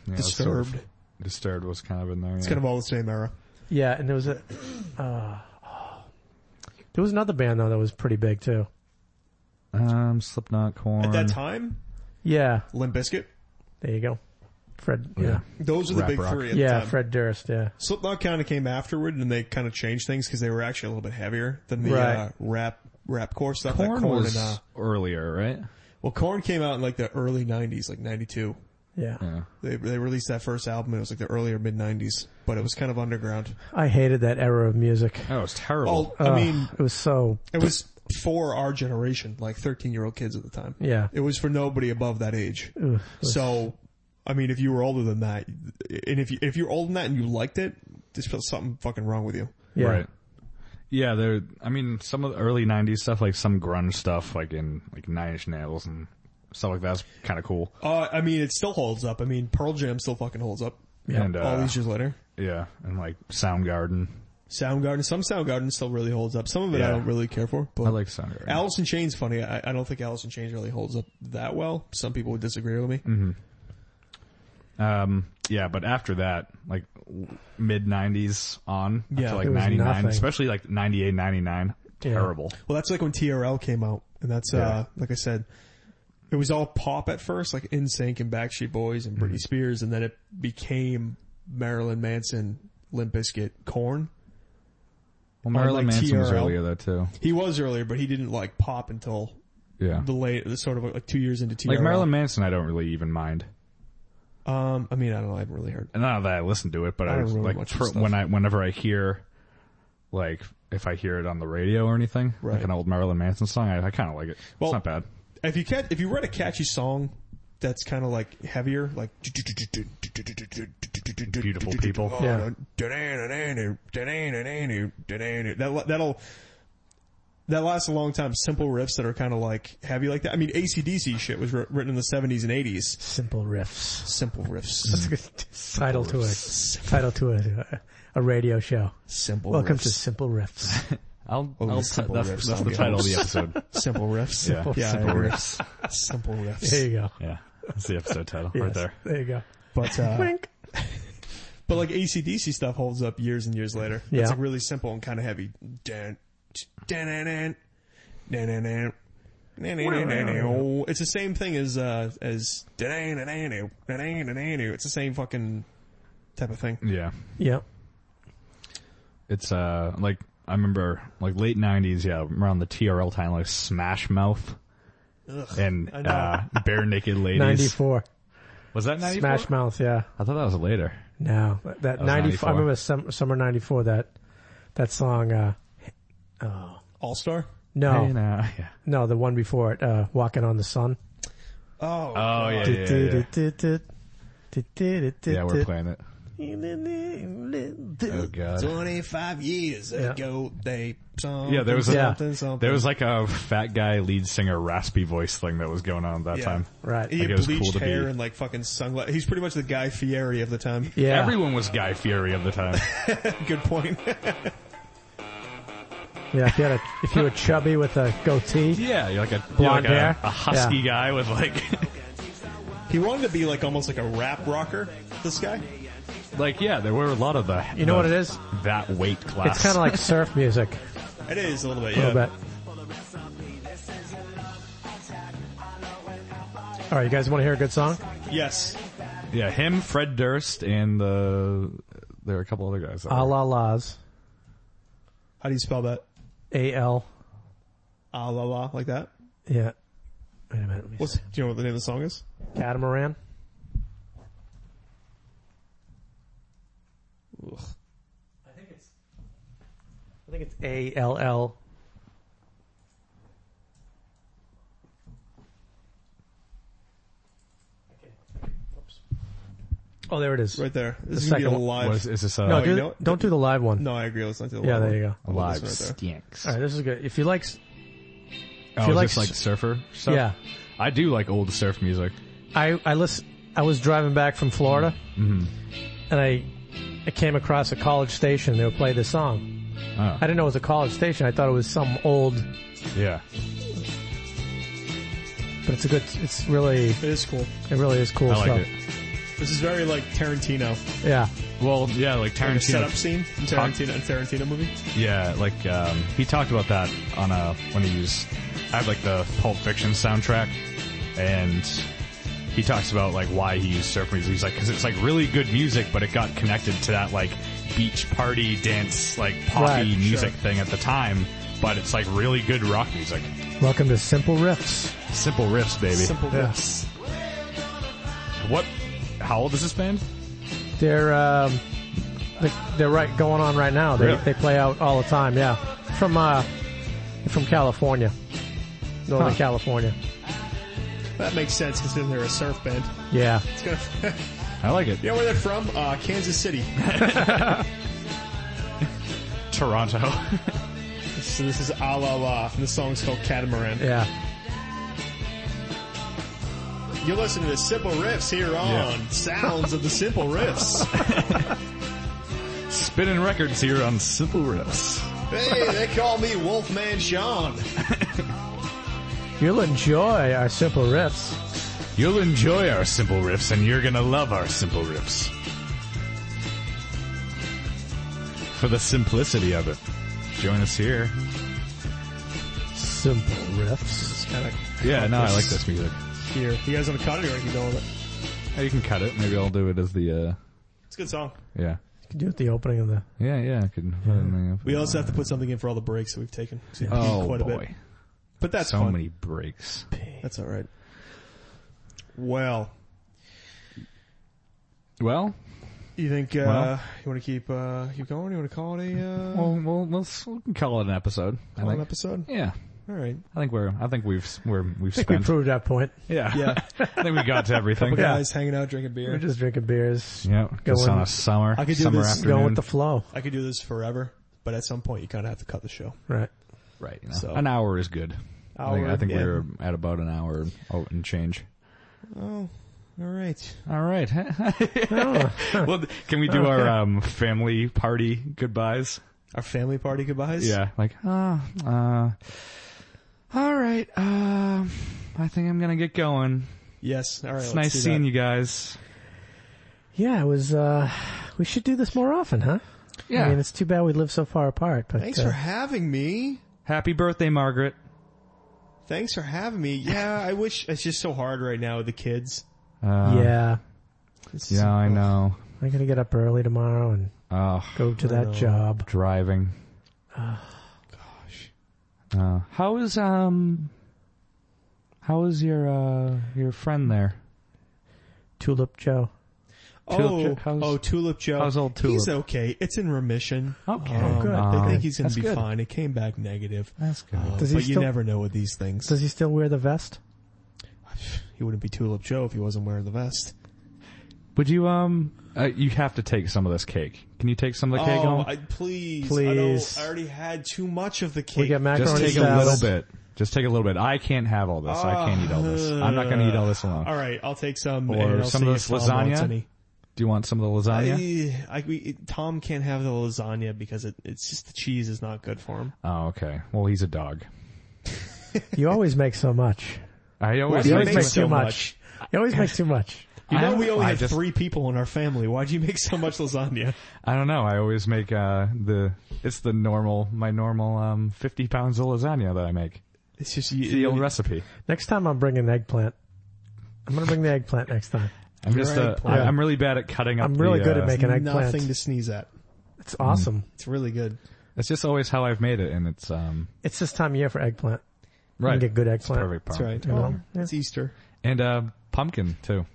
A: Yeah, it was sort of-
B: Disturbed.
A: disturbed was kind of in there.
B: It's kind of all the same era.
C: Yeah, and there was a. Uh, oh. there was another band though that was pretty big too.
A: um, Slipknot, corn.
B: At that time,
C: Yeah,
B: Limp Bizkit.
C: there you go. Fred. Yeah.
A: Oh, Yeah.
B: Those were the
A: Rap
B: big
A: rock.
B: three
C: Yeah,
B: at the time.
C: Fred Durst. Yeah.
B: Slipknot kind of came afterward, and they kind of changed things because they were actually a little bit heavier than the uh,
C: Right.
B: rap rap core stuff.
A: corn,
B: like corn
A: was
B: and, uh,
A: earlier, right?
B: well, Corn came out in like the early '90s, like '92.
C: Yeah.
A: Yeah.
B: They they released that first album. It was like the earlier mid '90s, but it was kind of underground.
C: I hated that era of music.
A: That was
B: Well,
A: terrible.
B: I
C: Ugh,
B: mean,
C: it was so
B: it was for our generation, like 13 year old kids at the time.
C: yeah.
B: It was for nobody above that age.
C: Ugh,
B: So, I mean, if you were older than that, and if you, if you're older than that and you liked it, there's something fucking wrong with you.
C: yeah.
A: Right. Yeah, there. I mean, some of the early '90s stuff, like some grunge stuff, like in like Nine Inch Nails and stuff like that's kind of cool.
B: Uh, I mean, it still holds up. I mean, Pearl Jam still fucking holds up.
A: And
B: All
A: uh,
B: these years later.
A: yeah, and like Soundgarden.
B: Soundgarden, some Soundgarden still really holds up. Some of it I
A: Yeah.
B: don't really care for, but
A: I like Soundgarden.
B: Alice in Chains funny. I, I don't think Alice in Chains really holds up that well. Some people would disagree with me.
A: Mm. Um, yeah, but after that, like mid '90s on,
B: Yeah,
A: yeah, to like
C: there was
A: '99,
C: nothing.
A: especially like '98, '99,
C: Yeah.
A: terrible.
B: Well, that's like when TRL came out, and that's uh,
A: Yeah.
B: like I said, it was all pop at first, like NSYNC and Backstreet Boys and
A: Mm-hmm.
B: Britney Spears, and then it became Marilyn Manson, Limp Bizkit, Corn.
A: Well, Marilyn
B: like
A: Manson was
B: TRL.
A: earlier though too.
B: He was earlier, but he didn't like pop until
A: Yeah,
B: the late, the sort of like two years into TRL.
A: like Marilyn Manson, I don't really even mind.
B: Um, I mean, I don't know, I haven't really heard.
A: And Not that I listen to it, but I,
B: I don't
A: was
B: really
A: like
B: watch
A: per-
B: his stuff.
A: when I whenever I hear, like if I hear it on the radio or anything,
B: Right.
A: like an old Marilyn Manson song, I, I kind of like it.
B: Well-
A: it's not bad.
B: If you catch, if you write a catchy song that's kind of like heavier, like
A: Beautiful people.
B: oh,
C: Yeah.
B: that that'll that lasts a long time. Simple riffs that are kind of like heavy like that. I mean, ACDC shit was wr- written in the seventies and eighties.
C: Simple riffs.
B: Simple riffs.
C: title to a title to a a radio show.
B: Simple.
C: Welcome
B: riffs.
C: to Simple Riffs.
A: I'll,
B: Oh,
A: I'll
B: the simple
A: that's,
B: riffs
A: that's
B: on
A: the
B: the
A: title of the
B: albums.
A: episode.
B: simple riffs.
A: yeah,
B: Yeah, I
A: simple
B: agree.
A: riffs.
B: Simple riffs.
C: There you go.
A: Yeah, that's the episode title right
C: Yes.
A: there.
C: There you go.
B: But uh,
C: Wink.
B: But like ACDC stuff holds up years and years later. It's
C: Yeah.
B: like really simple and kind of heavy. Dun, tch, dun, dun, dun, dun, dun, dun. Dun, dun, dun, dun, dun. It's the same thing as uh as dun, dun, dun, dun, dun, dun, dun, dun. it's the same fucking type of thing.
A: Yeah.
C: Yeah.
A: It's uh like I remember like late nineties, yeah, around the TRL time, like Smash Mouth and
B: know.
A: uh Bare Naked Ladies.
C: 94.
A: Was that ninety four?
C: Smash Mouth, yeah.
A: I thought that was later.
C: No, that, that
A: was
C: 94,
A: 94.
C: I remember sum, summer 94, that, that song, uh,
B: All Star.
C: no,
A: Hey, nah, yeah.
C: no, the one before it, uh, Walking on the Sun.
B: Oh,
A: Oh yeah, yeah, yeah, yeah. Yeah, we're
C: we're
A: playing it. Oh god.
B: twenty five years ago they something
A: Yeah, there was a,
C: Yeah.
B: something something.
A: there was like a fat guy lead singer raspy voice thing that was going on at that
B: Yeah.
A: time.
C: Right.
B: he
A: like,
B: had
A: it was
B: bleached
A: cool to be-
B: hair and like fucking sunglasses. He's pretty much the guy Fieri of the time.
C: Yeah.
A: Everyone was Guy Fieri of the time.
B: Good point.
C: yeah. If you had a, if you were chubby with a goatee.
A: yeah, you're like a you're
C: Blonde
A: like a,
C: hair.
A: a husky
C: Yeah.
A: guy with like
B: he wanted to be like almost like a rap rocker. This guy.
A: like yeah, there were a lot of the
C: You know what
A: the-
C: it is?
A: that weight class.
C: It's kind of like surf music
B: It is a little bit.
C: a
B: Yeah.
C: little bit. All right, you guys want to hear a good song?
B: Yes.
A: yeah, him, Fred Durst, and the there are a couple other guys. that
C: A
A: were-
C: la Las.
B: How do you spell that?
C: A L.
B: Ah la la like that.
C: Yeah. Wait a minute. Let me
B: What's
C: see.
B: do you know what the name of the song is?
C: Catamaran.
B: Ugh.
C: I think it's. I think it's A L L. Oh, there it is.
B: Right there. This
C: The
B: is gonna be a
C: second one
B: live.
A: was is this a
C: uh, No,
B: Oh,
C: do,
B: you know-
C: don't do the live one.
B: No, I agree. Let's not do the
C: Yeah,
B: live
C: there
B: one.
C: you go. All
A: live
B: This right
A: stinks?
C: right, this is good. If you like, s-
A: Oh,
C: If you
A: is
C: like
A: this like
C: s-
A: surfer stuff?
C: yeah,
A: I do like old surf music.
C: I I listen. I was driving back from Florida,
A: Mm-hmm.
C: and I I came across a college station. They would play this song.
A: Oh,
C: I didn't know it was a college station. I thought it was some old,
A: yeah.
C: but it's a good. It's really
B: It is cool.
C: it really is cool
A: I like
C: stuff.
A: it.
B: This is very like Tarantino.
C: Yeah,
A: Well, yeah, like
B: Like a setup
A: Tarantino.
B: scene in Tarantino, in Tarantino movie.
A: yeah, like um, he talked about that on a when he was. I have like the Pulp Fiction soundtrack, and he talks about like why he used surf music. He's like, because it's like really good music, but it got connected to that like beach party dance, like poppy
C: Right,
A: music thing at the time. But it's like really good rock music,
C: welcome to Simple Riffs.
A: simple riffs, baby.
B: Simple riffs.
A: What? How old is this band?
C: They're um, they- they're right going on right now. They
A: Really?
C: they play out all the time. Yeah, from uh from California, Northern
A: Huh.
C: California.
B: That makes sense considering they're a surf band.
C: Yeah,
B: It's gonna.
A: I like it.
B: you know where they're from? Uh, Kansas City.
A: Toronto.
B: So this is A La La, and the song's called Catamaran.
C: yeah.
B: You're listening to Simple Riffs here on
A: Yeah.
B: Sounds of the Simple Riffs.
A: Spinning records here on Simple Riffs.
B: hey, they call me Wolfman Sean.
C: You'll enjoy our Simple Riffs.
A: You'll enjoy our simple riffs, and you're gonna love our simple riffs. For the simplicity of it, join us here.
C: Simple riffs.
B: It's kind of
A: Yeah, no, I like this music.
B: here. You guys want to cut it or you can go with it?
A: Hey, Oh, you can cut it. Maybe I'll do it as the, uh,
B: It's a good song.
A: yeah.
C: You can do it at the opening of the.
A: Yeah, yeah, I could put it in the-
B: We also have to put something in for all the breaks that we've taken. So we beat
A: Oh
B: quite a bit.
A: boy.
B: But that's
A: So
B: fun.
A: many breaks.
B: That's all right. Well,
A: Well,
B: you think uh,
A: Well.
B: you want to keep uh, keep going? You want to call it a uh,
A: we'll, we'll, we'll, we can call it an episode. I
B: call it an
A: think.
B: episode?
A: Yeah.
B: All right.
A: I think we're, I think we've, we're, we've
C: I think we
A: spent.
C: proved that point.
A: Yeah.
B: Yeah,
A: I think we got to everything.
C: Yeah.
B: guys hanging out, drinking
C: We're
B: beer.
C: just drinking beers,
A: Yeah, just
C: Going-
A: on a summer,
B: I could do
A: summer
B: this-
A: afternoon.
C: going with the flow.
B: I could do this forever, but at some point you kind of have to cut the show.
C: Right.
A: right, you know,
B: So-
A: an hour is good. I think, I
B: Hour,
A: think
B: yeah.
A: we were at about an hour oh, and change.
B: Oh, all right.
A: All right.
B: Oh.
A: well, can we do our um, family party goodbyes?
B: Our family party goodbyes.
A: Yeah, like, uh,
G: ah,
A: uh, all right. Uh, I think I'm gonna get going.
B: Yes. All right.
A: It's nice seeing you guys.
C: Yeah, it was uh We should do this more often, huh?
G: Yeah.
C: I mean, it's too bad we live so far apart. But
B: Thanks
C: uh,
B: for having me.
G: Happy birthday, Margaret.
B: Thanks for having me. Yeah, I wish it's just so hard right now with the kids.
G: Uh,
C: yeah.
G: Yeah, I know.
C: I gotta get up early tomorrow and
G: Oh,
C: go to that job.
G: driving. gosh. Uh, how is um, how is your uh your friend there?
C: Tulip Joe.
G: Tulip
B: Oh,
G: Joe- how's-
B: oh, Tulip Joe.
G: how's old Tulip?
B: He's okay. It's in remission.
G: Okay,
B: Um,
C: good.
B: I think he's going
G: Oh, Uh, That's
B: to be
G: good.
B: fine. It came back negative.
G: That's good.
B: Uh, but
C: Does he
B: you
C: still-
B: never know with these things.
C: Does he still wear the vest?
B: he wouldn't be Tulip Joe if he wasn't wearing the vest.
G: Would you um? Uh, you have to take some of this cake. Can you take some of the cake
B: Oh,
G: home?
B: I, please. I,
C: Please.
B: don't, I already had too much of the cake.
C: We got macaroni
G: Just take a
C: salad.
G: little bit. Just take a little bit. I can't have all this. I can't eat all this. I'm not going to eat all this alone.
B: All right, I'll take some.
G: Or
B: and I'll
G: some
B: see
G: of this
B: if Tom wants
G: lasagna? Oh,
B: any.
G: Do you want some of the lasagna?
B: I, I, we, it- Tom can't have the lasagna because it, it's just the cheese is not good for him.
G: oh, okay. Well, he's a dog.
C: You always make so much.
G: I always
B: do
C: You
B: You
C: always
G: make
B: make
C: make
B: so
C: too much. You always make too much.
B: You know,
G: I-
B: we only
G: I
B: have
G: just-
B: three people in our family. Why'd you make so much lasagna?
G: I don't know. I always make uh the it's the normal my normal um fifty pounds of lasagna that I make.
B: It's just you,
G: The old recipe.
C: Next time I'm bringing eggplant. I'm gonna bring the eggplant next time.
G: I'm just uh, I,
B: eggplant.
G: I'm really bad at cutting up.
C: I'm really
G: the,
C: good at
G: uh,
C: making eggplant.
B: nothing to sneeze at.
C: It's awesome.
B: It's really good.
G: It's just always how I've made it, and it's um
C: It's this time of year for eggplant.
G: right.
C: get good
G: It's
C: eggplant.
G: perfect
B: That's
G: part.
B: right.
C: Yeah.
B: Well,
C: Yeah.
B: It's Easter.
G: And uh pumpkin too.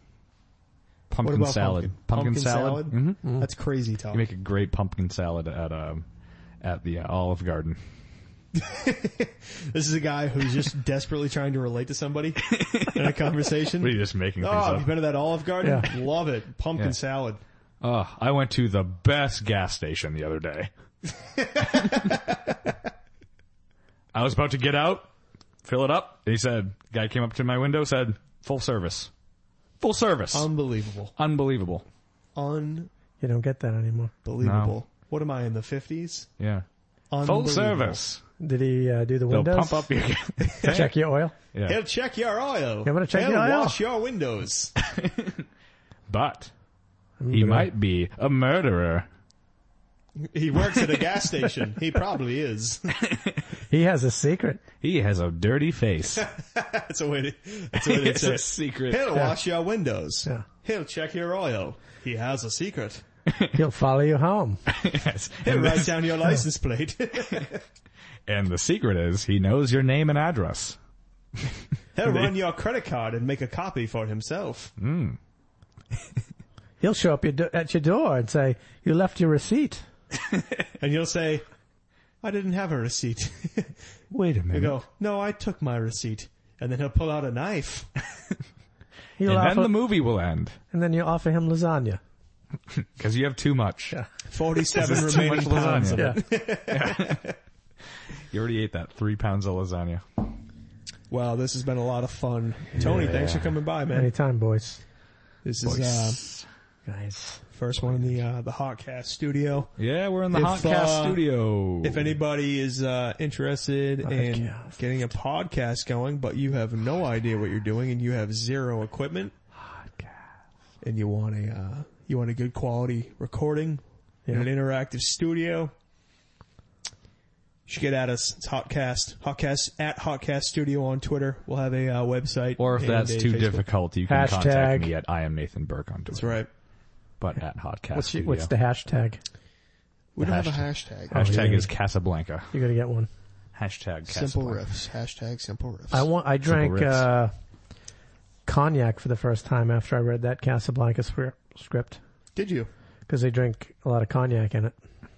B: What
G: Pumpkin
B: about
G: salad.
B: pumpkin? Pumpkin
G: salad.
B: salad? Mm-hmm.
G: hmm
B: That's crazy, Tom.
G: You make a great pumpkin salad at um at the uh, Olive Garden.
B: This is a guy who's just desperately trying to relate to somebody in a conversation.
G: What are you just making
B: oh,
G: things
B: have
G: up?
B: you been to that Olive Garden?
C: Yeah.
B: Love it. Pumpkin
G: Yeah.
B: salad.
G: Ugh, I went to the best gas station the other day. I was about to get out, fill it up. He said, guy came up to my window, said, full service. Full service.
B: Um, Unbelievable.
G: Unbelievable.
B: Unbelievable.
C: You don't get that anymore.
B: What am I in the fifties?
G: Yeah. Full service.
C: Did he uh, do the
G: They'll
C: windows?
G: pump up your
C: Check your oil.
G: Yeah.
B: He'll check your oil.
C: Yeah, I'm gonna check
B: He'll
C: your oil.
B: wash your windows.
G: But he might be a murderer.
B: he works at a gas station. He probably is.
C: He has a secret.
G: He has a dirty face.
B: That's a way to. That's a way to
G: It's
B: say
G: a
B: it.
G: secret.
B: He'll wash your windows.
C: Yeah.
B: He'll check your oil. He has a secret.
C: He'll follow you home.
G: yes.
B: He'll
G: And,
B: write
G: the,
B: down your license plate.
G: and the secret is he knows your name and address.
B: He'll run your credit card and make a copy for himself.
C: He'll show up your do- at your door and say, "You left your receipt."
B: And you'll say, I didn't have a receipt.
G: Wait a
B: You
G: minute.
B: go, no, I took my receipt. And then he'll pull out a knife.
C: He'll
G: and
C: offer,
G: then the movie will end.
C: and then you offer him lasagna.
G: Because you have too much.
B: 47
G: This is too
B: remaining
G: much
B: pounds.
G: lasagna.
B: of it.
C: Yeah,
G: You already ate that three pounds of lasagna.
B: Wow, this has been a lot of fun. Tony, thanks for coming by, man.
C: anytime, boys.
B: This is uh,
C: Guys,
B: first one in the uh, the Hotcast studio.
G: Yeah, we're in the
B: If,
G: Hotcast
B: uh,
G: studio.
B: If anybody is uh, interested in
C: Podcast.
B: getting a podcast going, but you have no idea what you're doing and you have zero equipment, and you want a uh, you want a good quality recording in an interactive studio, you should get at us. It's Hotcast, Hotcast at Hotcast Studio on Twitter. We'll have a uh, website,
G: or if
B: and
G: that's
B: a
G: too
B: Facebook.
G: difficult, you can
C: Hashtag.
G: contact me at I am Nathan Burke on Twitter.
B: That's right.
G: But at Hotcast
C: what's
G: studio.
C: what's the hashtag?
B: We
G: The
B: don't have a hashtag.
G: Hashtag
C: yeah.
G: is Casablanca.
C: You gotta get one.
G: Hashtag
B: simple
G: Casablanca.
B: riffs. Hashtag simple riffs.
C: I want. I drank
G: Rips.
C: uh, cognac for the first time after I read that Casablanca scri- script
B: Did you?
C: because they drink a lot of cognac in it.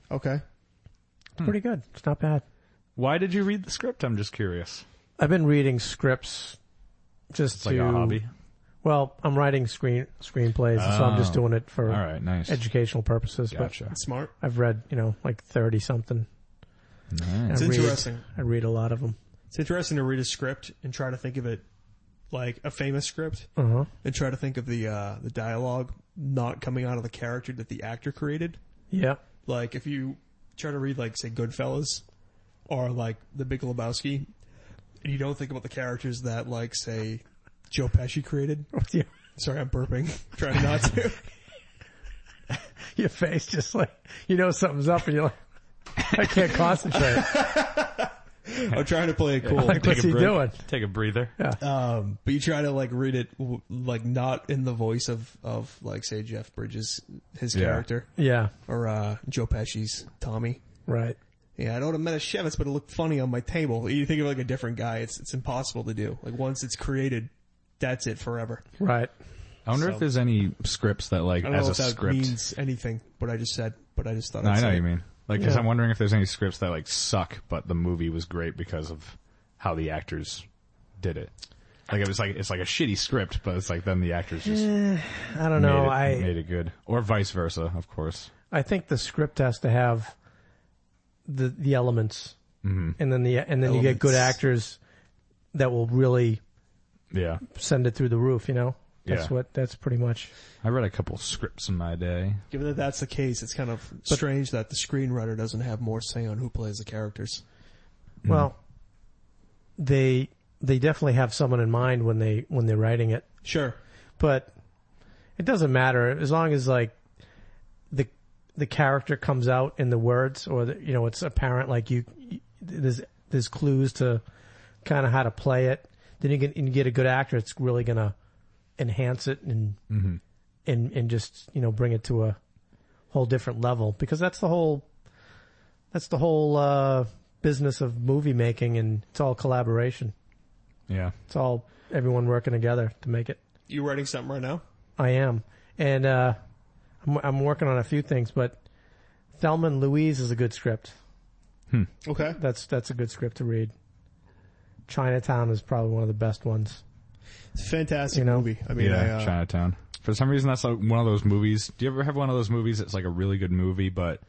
B: Okay.
G: Hmm.
C: It's pretty good. It's not bad.
G: Why did you read the script? I'm just curious.
C: I've been reading scripts just
G: It's
C: to
G: like a hobby.
C: Well, I'm writing screen screenplays, so I'm just
G: Oh.
C: doing it for
G: All right, nice.
C: educational purposes.
G: Gotcha.
B: Smart.
C: But I've read, you know, like thirty something.
G: Nice.
B: It's
C: I read-
B: interesting.
C: I read a lot of them.
B: It's interesting to read a script and try to think of it like a famous script
C: Uh huh.
B: and try to think of the uh, the dialogue not coming out of the character that the actor created.
C: Yeah.
B: Like if you try to read like say Goodfellas or like The Big Lebowski, and you don't think about the characters that like say Joe Pesci created.
C: yeah.
B: Sorry, I'm burping. Trying not to.
C: your face just like, you know something's up and you're like, I can't concentrate.
B: I'm trying to play it cool.
C: Like, what's he
G: break.
C: doing?
G: Take a breather.
B: Um, but you try to like read it w- like not in the voice of of like say Jeff Bridges his
G: Yeah.
B: character
C: Yeah.
B: or uh Joe Pesci's Tommy.
C: Right.
B: Yeah, I don't have Metashevitz, but it looked funny on my table. You think of like a different guy. It's it's impossible to do. Like once it's created, that's it forever.
C: Right.
G: I wonder if
B: So-
G: there's any scripts that like
B: I don't
G: as
B: know
G: a
B: if that
G: script.
B: means anything. What I just said, but I just thought.
G: No,
B: I'd
G: I know
B: say
G: what you
B: it.
G: mean. Like, because
C: Yeah.
G: I'm wondering if there's any scripts that like suck, but the movie was great because of how the actors did it. Like it was like it's like a shitty script, but it's like then the actors just
C: I don't
G: made,
C: know.
G: it,
C: I,
G: made it good, or vice versa, of course.
C: I think the script has to have the the elements,
G: Mm-hmm.
C: and then the and then you get good
B: Elements.
C: actors that will really
G: Yeah,
C: send it through the roof. You know, that's
G: Yeah.
C: what that's pretty much.
G: I read a couple scripts in my day.
B: Given that that's the case, it's kind of strange that the screenwriter doesn't have more say on who plays the characters.
C: Well, they they definitely have someone in mind when they when they're writing it,
B: Sure.
C: but it doesn't matter as long as like the the character comes out in the words or the, you know it's apparent like you, you there's there's clues to kind of how to play it then you can and you get a good actor it's really gonna enhance it and and and just you know bring it to a whole different level because that's the whole that's the whole uh business of movie making and it's all collaboration
G: Yeah,
C: it's all everyone working together to make it
B: You writing something right now?
C: I am, and uh, I'm, I'm working on a few things. But Thelma and Louise is a good script.
B: Okay.
C: That's that's a good script to read. Chinatown is probably one of the best ones.
B: It's a fantastic
C: You know?
B: movie. I mean,
G: yeah,
B: I, uh,
G: Chinatown. For some reason, that's like one of those movies. Do you ever have one of those movies that's like a really good movie, but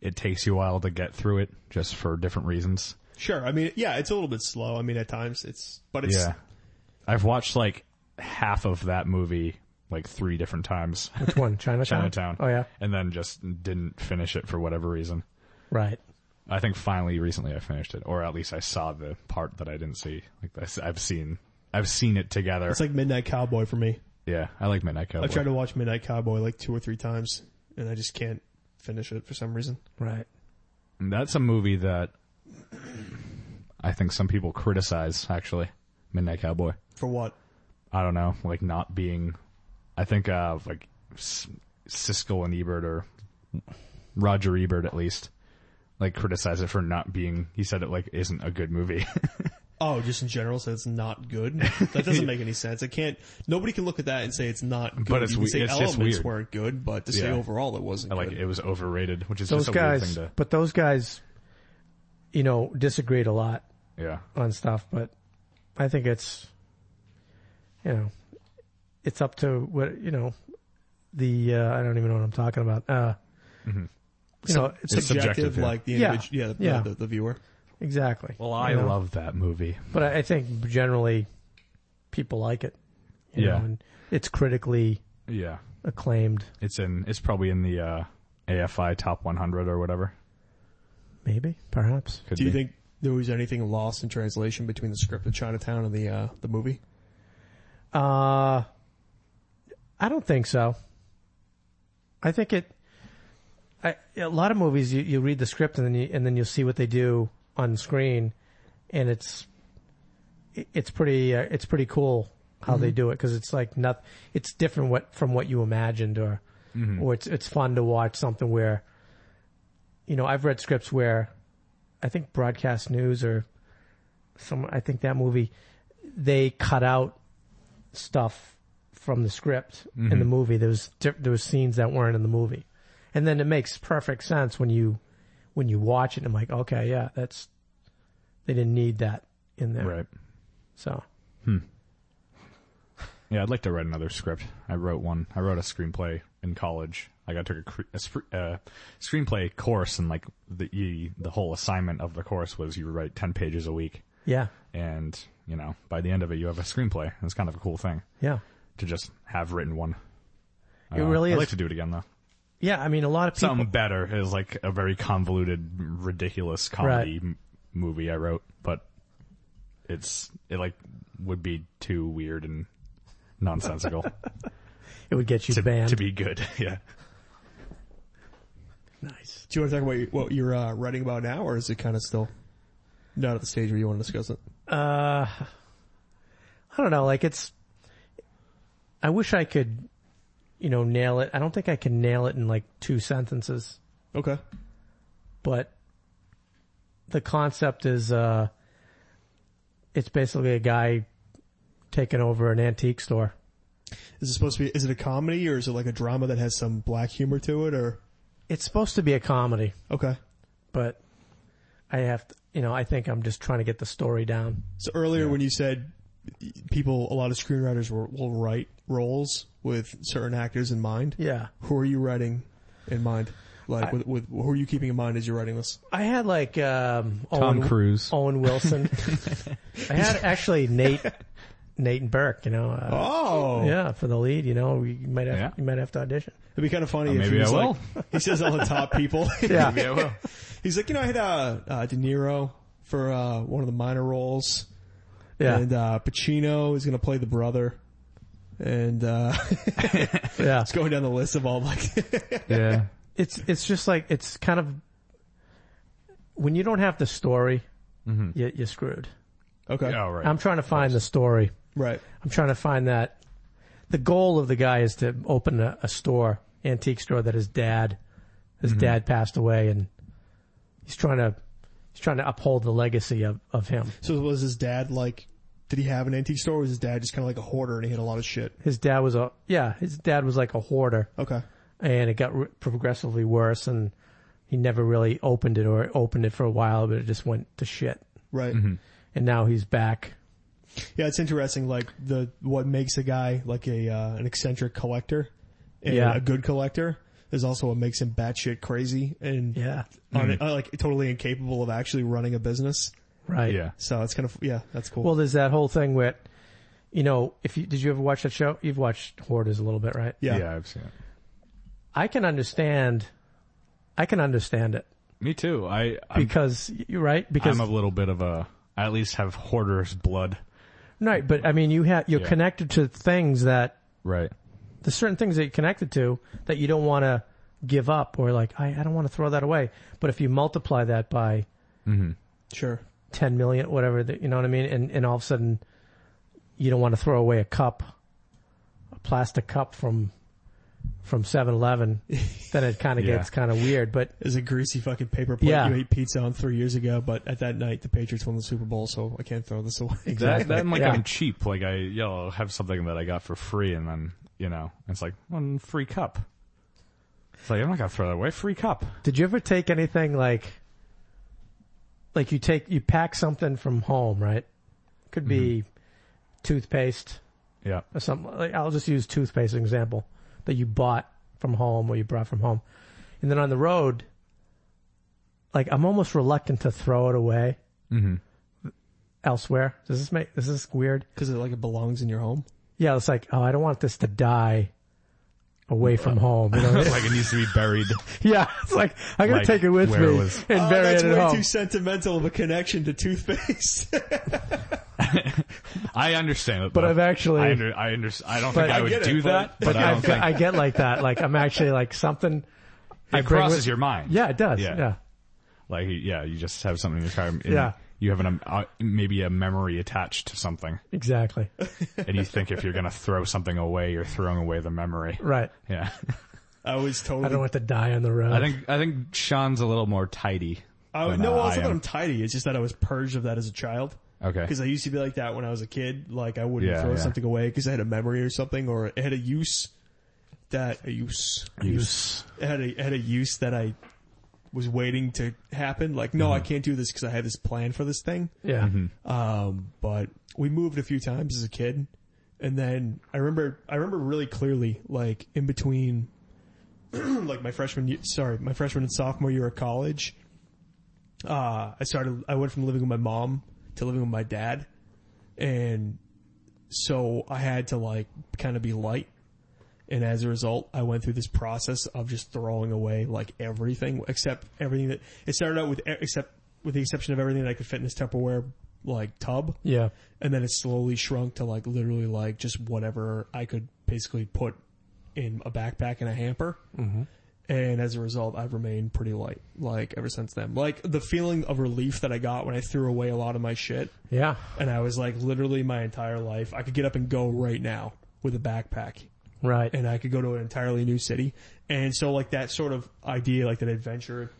G: it takes you a while to get through it just for different reasons?
B: Sure. I mean, yeah, it's a little bit slow. I mean, at times it's, but it's,
G: yeah. I've watched like half of that movie like three different times.
C: Which one? Chinatown.
G: Chinatown.
C: Oh yeah.
G: And then just didn't finish it for whatever reason.
C: Right.
G: I think finally recently I finished it, or at least I saw the part that I didn't see. Like I s- I've seen, I've seen it together.
B: it's like Midnight Cowboy for me.
G: yeah, I like Midnight Cowboy.
B: I've tried to watch Midnight Cowboy like two or three times and I just can't finish it for some reason.
C: Right.
G: That's a movie that I think some people criticize actually. Midnight Cowboy.
B: For what?
G: I don't know, like not being. I think uh like S- Siskel and Ebert or Roger Ebert at least like criticize it for not being. He said it like isn't a good movie.
B: Oh, just in general, so it's not good. That doesn't make any sense. I can't, nobody can look at that and say it's not good.
G: But it's
B: you can
G: we-
B: say
G: it's just
B: elements
G: weird.
B: weren't good, but to say
G: Yeah.
B: overall it wasn't
G: like
B: good.
G: it was overrated, which is
C: Those
G: just a
C: guys,
G: weird thing
C: but those guys, you know, disagreed a lot
G: to. Yeah,
C: on stuff. But I think it's, you know, it's up to what you know. The uh, I don't even know what I'm talking about. Uh,
G: Mm-hmm.
C: You know, it's,
G: It's
B: subjective,
G: subjective, yeah.
B: like the
C: Yeah.
B: individual, yeah, the,
C: Yeah.
B: The, the viewer.
C: exactly.
G: Well, I
C: you know?
G: love that movie.
C: But I I think generally people like it. You
G: Yeah.
C: Know, and it's critically
G: Yeah,
C: acclaimed,
G: it's in. It's probably in the uh AFI top 100 or whatever.
C: maybe, perhaps.
G: Could
B: Do you
G: be.
B: think there was anything lost in translation between the script of Chinatown and the, uh, the movie?
C: Uh, I don't think so. I think it, I, a lot of movies you, you read the script and then you, and then you'll see what they do on screen and it's, it- it's pretty, uh, it's pretty cool how they do it because it's like not, it's different what, from what you imagined or, or it's, it's fun to watch something where, you know, I've read scripts where I think broadcast news or some, I think that movie, they cut out stuff from the script in the movie. There was di- there was scenes that weren't in the movie, and then it makes perfect sense when you when you watch it. And I'm like, okay, yeah, that's they didn't need that in there.
G: Right.
C: So
G: Yeah, I'd like to write another script. I wrote one. I wrote a screenplay in college. Like I took a, cre- a sp- uh, screenplay course, and like the you, the whole assignment of the course was you write ten pages a week,
C: yeah,
G: and you know by the end of it you have a screenplay. It's kind of a cool thing
C: yeah,
G: to just have written one.
C: it really
G: Uh,
C: is.
G: I'd like to do it again though.
C: yeah, I mean, a lot of people.
G: Something better is like a very convoluted, ridiculous comedy
C: Right.
G: m- movie I wrote, but it's it like would be too weird and nonsensical
C: it would get you
G: to,
C: banned.
G: to be good. yeah.
C: Nice.
B: Do you want to talk about your, what you're uh, writing about now, or is it kind of still not at the stage where you want to discuss it?
C: Uh, I don't know. Like it's, I wish I could, you know, nail it. I don't think I can nail it in like two sentences,
B: Okay.
C: but the concept is, uh, it's basically a guy taking over an antique store.
B: Is it supposed to be? Is it a comedy, or is it like a drama that has some black humor to it? Or
C: It's supposed to be a comedy,
B: okay,
C: but I have to, you know, I think I'm just trying to get the story down.
B: so earlier when you said people, a lot of screenwriters will, will write roles with certain actors in mind.
C: Yeah.
B: Who are you writing in mind? Like with, with who are you keeping in mind as you're writing this?
C: I had like um,
A: Tom
C: Owen,
A: Cruise.
C: Owen Wilson. I had actually Nate, Nate and Burke. You know, uh,
B: Oh,
C: yeah, for the lead. You know, you might have
A: Yeah.
C: you might have to audition.
B: it'd be kind of
C: Uh,
B: funny. if
A: maybe
B: he was
A: I
B: like- he says all the top people.
C: Yeah,
B: He's like, you know, I had uh, uh, De Niro for uh, one of the minor roles,
C: yeah,
B: and uh, Pacino is going to play the brother, and uh,
C: yeah.
B: it's going down the list of all like,
A: yeah.
C: It's it's just like it's kind of when you don't have the story, you, you're screwed.
B: okay,
A: All Mm-hmm. right.
C: I'm trying to find the story.
B: right,
C: I'm trying to find that. The goal of the guy is to open a, a store, antique store that his dad, his dad passed away and he's trying to, he's trying to uphold the legacy of, of him.
B: So was his dad like? Did he have an antique store? Or was his dad just kind of like a hoarder and he had a lot of shit?
C: His dad was a, yeah, his dad was like a hoarder
B: Okay,
C: and it got r- progressively worse and he never really opened it or opened it for a while, but it just went to shit.
B: right.
C: Mm-hmm. And now he's back.
B: Yeah, it's interesting. Like the what makes a guy like a uh, an eccentric collector, and
C: Yeah.
B: a good collector is also what makes him batshit crazy and
C: Yeah. Mm-hmm.
B: un- uh, like totally incapable of actually running a business.
C: Right.
A: Yeah.
B: So it's kind of yeah, that's cool.
C: Well, there's that whole thing where, you know, if you, did you ever watch that show? You've watched Hoarders a little bit, right?
B: yeah.
A: Yeah, I've seen it.
C: I can understand. I can understand it
A: Me too. I I'm,
C: because you're right. Because
A: I'm a little bit of a. I at least have hoarder's blood.
C: right, but I mean, you have you're
A: Yeah.
C: connected to things that
A: Right.
C: there's certain things that you're connected to that you don't want to give up or like I, I don't want to throw that away. But if you multiply that by
B: Sure.
C: 10 million, whatever, that, you know what I mean, and and all of a sudden you don't want to throw away a cup, a plastic cup from from 7-Eleven, then it kind of
A: Yeah.
C: gets kind of weird. But
B: It's a greasy fucking paper plate
C: Yeah.
B: you ate pizza on three years ago, but at that night the Patriots won the Super Bowl, so I can't throw this away.
A: That, that and like
C: Yeah.
A: I'm cheap. Like I, you know, I'll have something that I got for free, and then you know, it's like one free cup. It's like I'm not gonna throw that away. Free cup.
C: Did you ever take anything like, like you take, you pack something from home, right? Could be toothpaste
A: Mm-hmm. Yeah.
C: or something. Like, I'll just use toothpaste as an example that you bought from home or you brought from home. And then on the road, like I'm almost reluctant to throw it away
A: Mm-hmm.
C: elsewhere. Does this make, is this weird?
B: Because it like it belongs in your home.
C: Yeah. It's like, oh, I don't want this to die away from home. You know? what I mean?
A: like it needs to be buried.
C: yeah. It's like, I'm going
A: Like,
C: to take it with me
A: where it was-
C: and
B: Oh,
C: bury
B: that's
C: it at
B: way
C: home.
B: too sentimental of a connection to toothpaste.
A: I understand it,
C: But
A: though.
C: I've actually-
A: I, under, I under, I don't
C: But-
A: think
C: I
A: I would
B: get it,
A: do
B: but-
A: that. But,
C: But
A: I
C: I,
A: don't
C: get,
A: think
C: I get like that. Like I'm actually like something. I
A: it
C: bring
A: crosses
C: with-
A: your mind.
C: Yeah, it does. Yeah.
A: Yeah. Like yeah, you just have something in your car. and
C: Yeah.
A: You have an um, uh, maybe a memory attached to something,
C: exactly.
A: and you think if you're gonna throw something away, you're throwing away the memory.
C: Right.
A: Yeah.
B: I was totally.
C: I don't want to die on the road.
A: I think I think Sean's a little more tidy.
B: I,
A: than,
B: no,
A: uh,
B: well, it's
A: I
B: not that
A: am.
B: I'm tidy. It's just that I was purged of that as a child.
A: Okay.
B: Because I used to be like that when I was a kid. Like I wouldn't
A: Yeah,
B: throw
A: yeah.
B: something away because I had a memory or something, or it had a use that a use
A: use.
B: it had a it had a use that I was waiting to happen. Like,
A: Mm-hmm.
B: no, I can't do this because I have this plan for this thing.
C: Yeah.
B: Um, but we moved a few times as a kid, and then I remember I remember really clearly, like in between, like my freshman year, sorry, my freshman and sophomore year of college. Uh, I started. I went from living with my mom to living with my dad, and so I had to like kind of be light. And as a result, I went through this process of just throwing away like everything except everything that it started out with, e, except with the exception of everything that I could fit in this Tupperware like tub.
C: Yeah.
B: And then it slowly shrunk to like literally like just whatever I could basically put in a backpack and a hamper. And as a result, I've remained pretty light, like ever since then. Like the feeling of relief that I got when I threw away a lot of my shit.
C: Yeah.
B: And I was like, literally my entire life, I could get up and go right now with a backpack
C: Right.
B: and I could go to an entirely new city. And so like that sort of idea, like that adventure,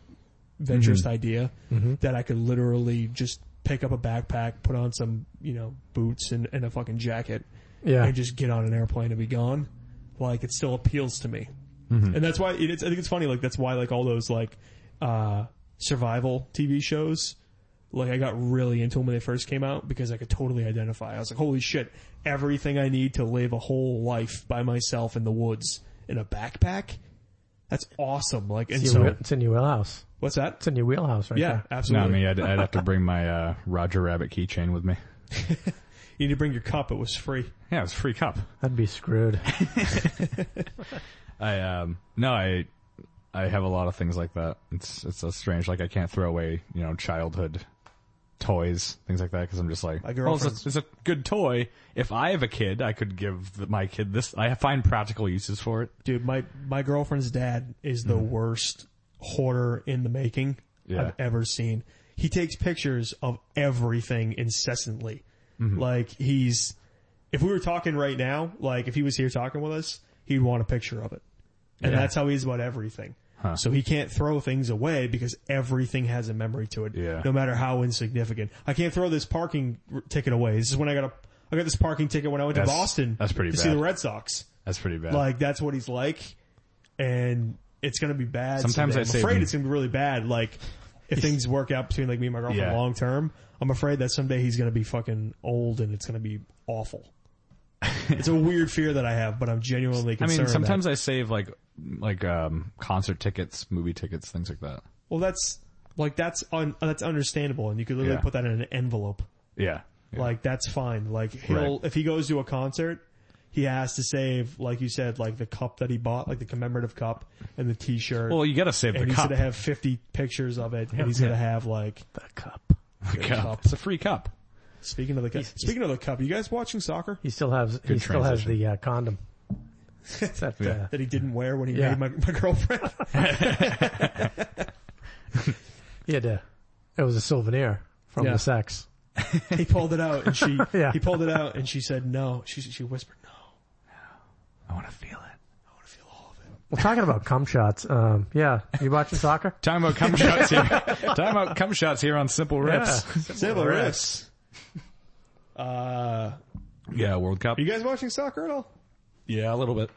B: adventurist idea that I could literally just pick up a backpack, put on some, you know, boots and, and a fucking jacket
C: yeah.
B: and just get on an airplane and be gone. Like it still appeals to me,
C: Mm-hmm.
B: and that's why it's. I think it's funny. Like that's why like all those like uh survival TV shows. Like I got really into them when they first came out because I could totally identify. I was like, holy shit, everything I need to live a whole life by myself in the woods in a backpack. That's awesome. Like and
C: It's,
B: so
C: your, it's in your wheelhouse.
B: what's that?
C: It's in your wheelhouse right
B: Yeah,
C: there.
G: Not
B: absolutely.
G: me. I'd, I'd have to bring my uh, Roger Rabbit keychain with me.
B: You need to bring your cup. It was free.
G: Yeah, it's a free cup.
C: I'd be screwed.
G: I um no, I I have a lot of things like that. It's it's so strange. Like I can't throw away you know childhood toys, things like that, because I'm just like,
B: My
G: well, it's
B: girlfriend's-
G: a, it's a good toy. If I have a kid, I could give th- my kid this. I find practical uses for it.
B: dude my my girlfriend's dad is the worst hoarder in the making
G: Mm-hmm. Yeah.
B: i've ever seen he takes pictures of everything incessantly
G: Mm-hmm.
B: like he's if we were talking right now like if he was here talking with us he'd want a picture of it and
G: Yeah.
B: that's how he is about everything so he can't throw things away because everything has a memory to it
G: Yeah.
B: no matter how insignificant i can't throw this parking r- ticket away this is when i got a i got this parking ticket when i went to
G: That's-
B: boston
G: that's pretty
B: to see
G: bad.
B: the red sox
G: That's pretty bad.
B: like that's what he's like, and it's gonna be bad.
G: Sometimes
B: someday.
G: I
B: I'm
G: say-
B: afraid it's gonna be really bad. Like if things work out between like me and my girlfriend
G: Yeah.
B: long term, I'm afraid that someday he's gonna be fucking old and it's gonna be awful. it's a weird fear that I have, but I'm genuinely
G: I
B: concerned.
G: mean,
B: that-
G: sometimes I save like like um concert tickets, movie tickets, things like that.
B: well, that's like that's un, that's understandable, and you could literally
G: Yeah.
B: put that in an envelope.
G: Yeah. Yeah.
B: Like that's fine. Like he'll
G: Right.
B: if he goes to a concert, he has to save like you said, like the cup that he bought, like the commemorative cup and the T-shirt.
G: well, you gotta save
B: and
G: the
B: he's
G: cup.
B: gonna have 50 pictures of it, and he's gonna have like.
C: The cup.
G: The cup.
B: cup.
G: It's a free cup.
B: Speaking of the cup, speaking of the cup, you guys watching soccer
C: He still has. he still has
G: transition.
C: the uh, condom. It's that, uh,
B: that he didn't wear when he
C: Yeah.
B: made my, my girlfriend?
C: he had to, It was a souvenir from
B: Yeah.
C: the sex.
B: he pulled it out, and she
C: Yeah.
B: he pulled it out, and she said no. She she whispered no.
G: I want to feel it.
B: I want to feel all of it.
C: We're talking about cum shots. Um, yeah, you watching soccer?
G: Talking about cum shots here. Talking about cum shots here on Simple Rips.
B: Civil riffs.
G: Yeah, World Cup.
B: Are you guys watching soccer at all?
G: Yeah, a little bit.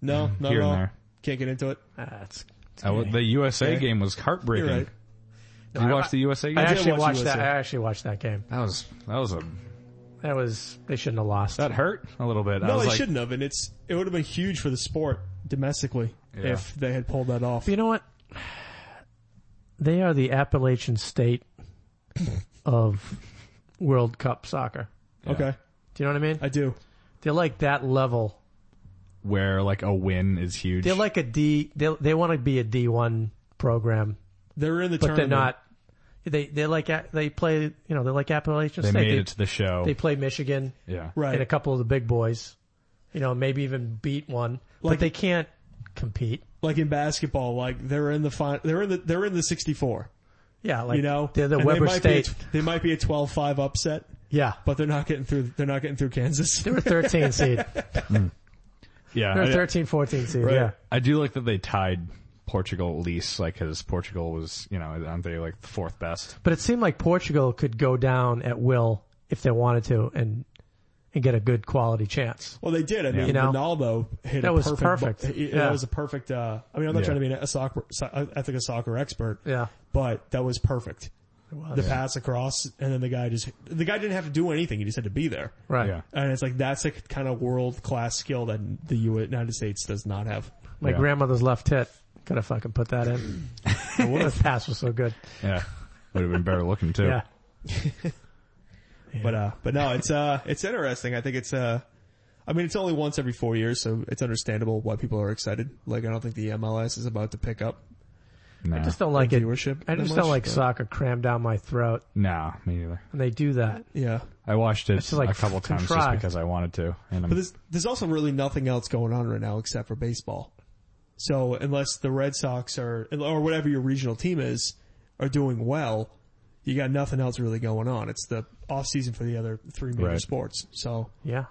B: No, not
G: here
B: at
G: and
B: all.
G: there.
B: Can't get into it.
C: That's.
G: I w- the USA
B: Yeah.
G: game was heartbreaking.
B: You're right.
G: Did you
C: I-
G: watch the USA game?
C: I actually
B: watch
C: watched
B: USA.
C: that. I actually watched that game.
G: that was that was a
C: That was. They shouldn't have lost.
G: that hurt a little bit. I
B: No,
G: was
B: they
G: like,
B: shouldn't have, and it's it would have been huge for the sport domestically
G: Yeah.
B: if they had pulled that off.
C: you know what? They are the Appalachian state of World Cup soccer.
B: Okay,
C: Do you know what I mean?
B: I do.
C: They're like that level.
G: where like a win is huge.
C: They're like a D. They they want to be a D one program,
B: They're in the
C: but they're
B: tournament.
C: not. They they like a- they play. You know they're like Appalachian
G: they
C: State.
G: made
C: they,
G: it to the show.
C: they play Michigan
G: yeah,
B: right.
C: and a couple of the big boys. You know maybe even beat one,
B: Like-
C: but they can't compete.
B: like in basketball, like they're in the fin- they're in the they're in the 64.
C: Yeah, like
B: You know,
C: they're the
B: And
C: Weber
B: they might
C: State.
B: Be a, they might be a 12-5 upset,
C: yeah,
B: but they're not getting through. They're not getting through Kansas.
C: they're a 13 seed.
B: Oh,
G: yeah.
C: They're a
G: I-
C: 13, 14 seed. Yeah,
G: I do like that they tied Portugal at least, like because Portugal was you know aren't they like the fourth best?
C: but it seemed like Portugal could go down at will if they wanted to and and get a good quality chance.
B: Well, they did. I mean,
C: You know?
B: Ronaldo hit
C: That
B: a
C: was
B: perfect.
C: perfect.
B: bu- he-
C: Yeah.
B: That was a perfect. Uh, I mean, I'm not
G: Yeah.
B: trying to be a soccer. So, I think a soccer expert.
C: Yeah,
B: but that was perfect.
C: was.
B: The pass across, and then the guy just the guy didn't have to do anything. He just had to be there.
C: right.
G: Yeah,
B: And it's like that's a kind of world class skill that the United States does not have.
C: My
G: Yeah.
C: grandmother's left hit. Could have fucking put that in. the pass was so good.
G: yeah. Would have been better looking too.
C: Yeah.
B: But uh, but no, it's uh, it's interesting. I think it's uh, I mean, it's only once every four years, so it's understandable why people are excited. Like, I don't think the MLS is about to pick up
G: Nah.
C: Just don't like it.
B: viewership.
C: I
B: that
C: just
B: much,
C: don't like
B: but-
C: soccer crammed down my throat.
G: nah, me neither.
C: And they do that.
B: Yeah,
G: I watched it
C: just like
G: a couple times just
C: contrived.
G: because I wanted to, and I'm
B: but there's there's also really nothing else going on right now except for baseball. So unless the Red Sox are or whatever your regional team is are doing well, you got nothing else really going on. It's the off season for the other three major
G: Right.
B: sports. So
C: Yeah.